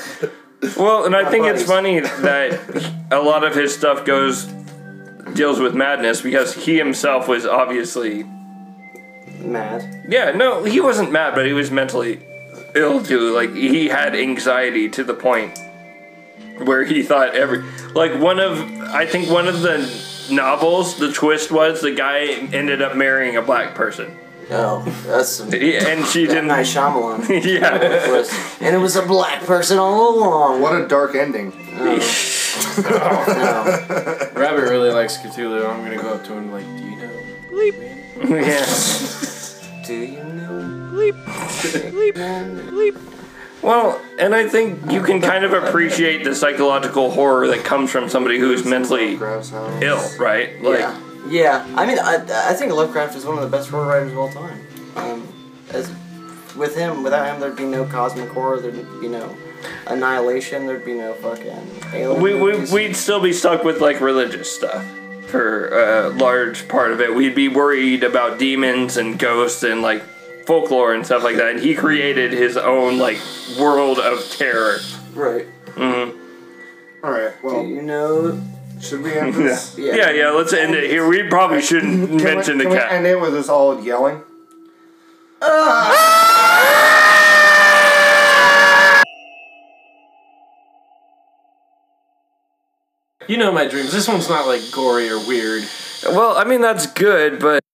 B: Well, and I think it's funny that a lot of his stuff goes deals with madness because he himself was obviously
A: Mad.
B: yeah no he wasn't mad but he was mentally ill too like he had anxiety to the point where he thought every like one of I think one of the novels the twist was the guy ended up marrying a black person
A: Oh, that's some
B: He- and she didn't <laughs>
A: nice Shyamalan.
B: yeah
A: twist. and it was a black person all along.
E: What a dark ending.
A: No.
H: Rabbit really likes Cthulhu. I'm gonna go up to him like, do you know?
B: yeah.
E: <laughs>
A: Do you know?
B: Well, and I think you can kind of appreciate the psychological horror that comes from somebody who's mentally
E: Grouse hound.
B: ill, right? Like,
A: yeah. Yeah. I mean, I, I think Lovecraft is one of the best horror writers of all time. Um, as with him, without him, there'd be no cosmic horror. There'd be no annihilation. There'd be no fucking. Alien
B: we, we,
A: movies.
B: we'd still be stuck with like religious stuff for a large part of it. We'd be worried about demons and ghosts and like folklore and stuff like that. And he created his own like world of terror.
A: Right.
E: Alright,
A: Do
E: well,
A: you know?
E: should we
B: <laughs>
E: end this?
A: Yeah.
B: Yeah, yeah, let's end it here. We probably shouldn't
E: Can we-
B: mention the
E: can we
B: cat.
E: end it with us all yelling?
H: You know my dreams. This one's not like gory or weird.
B: Well, I mean, that's good, but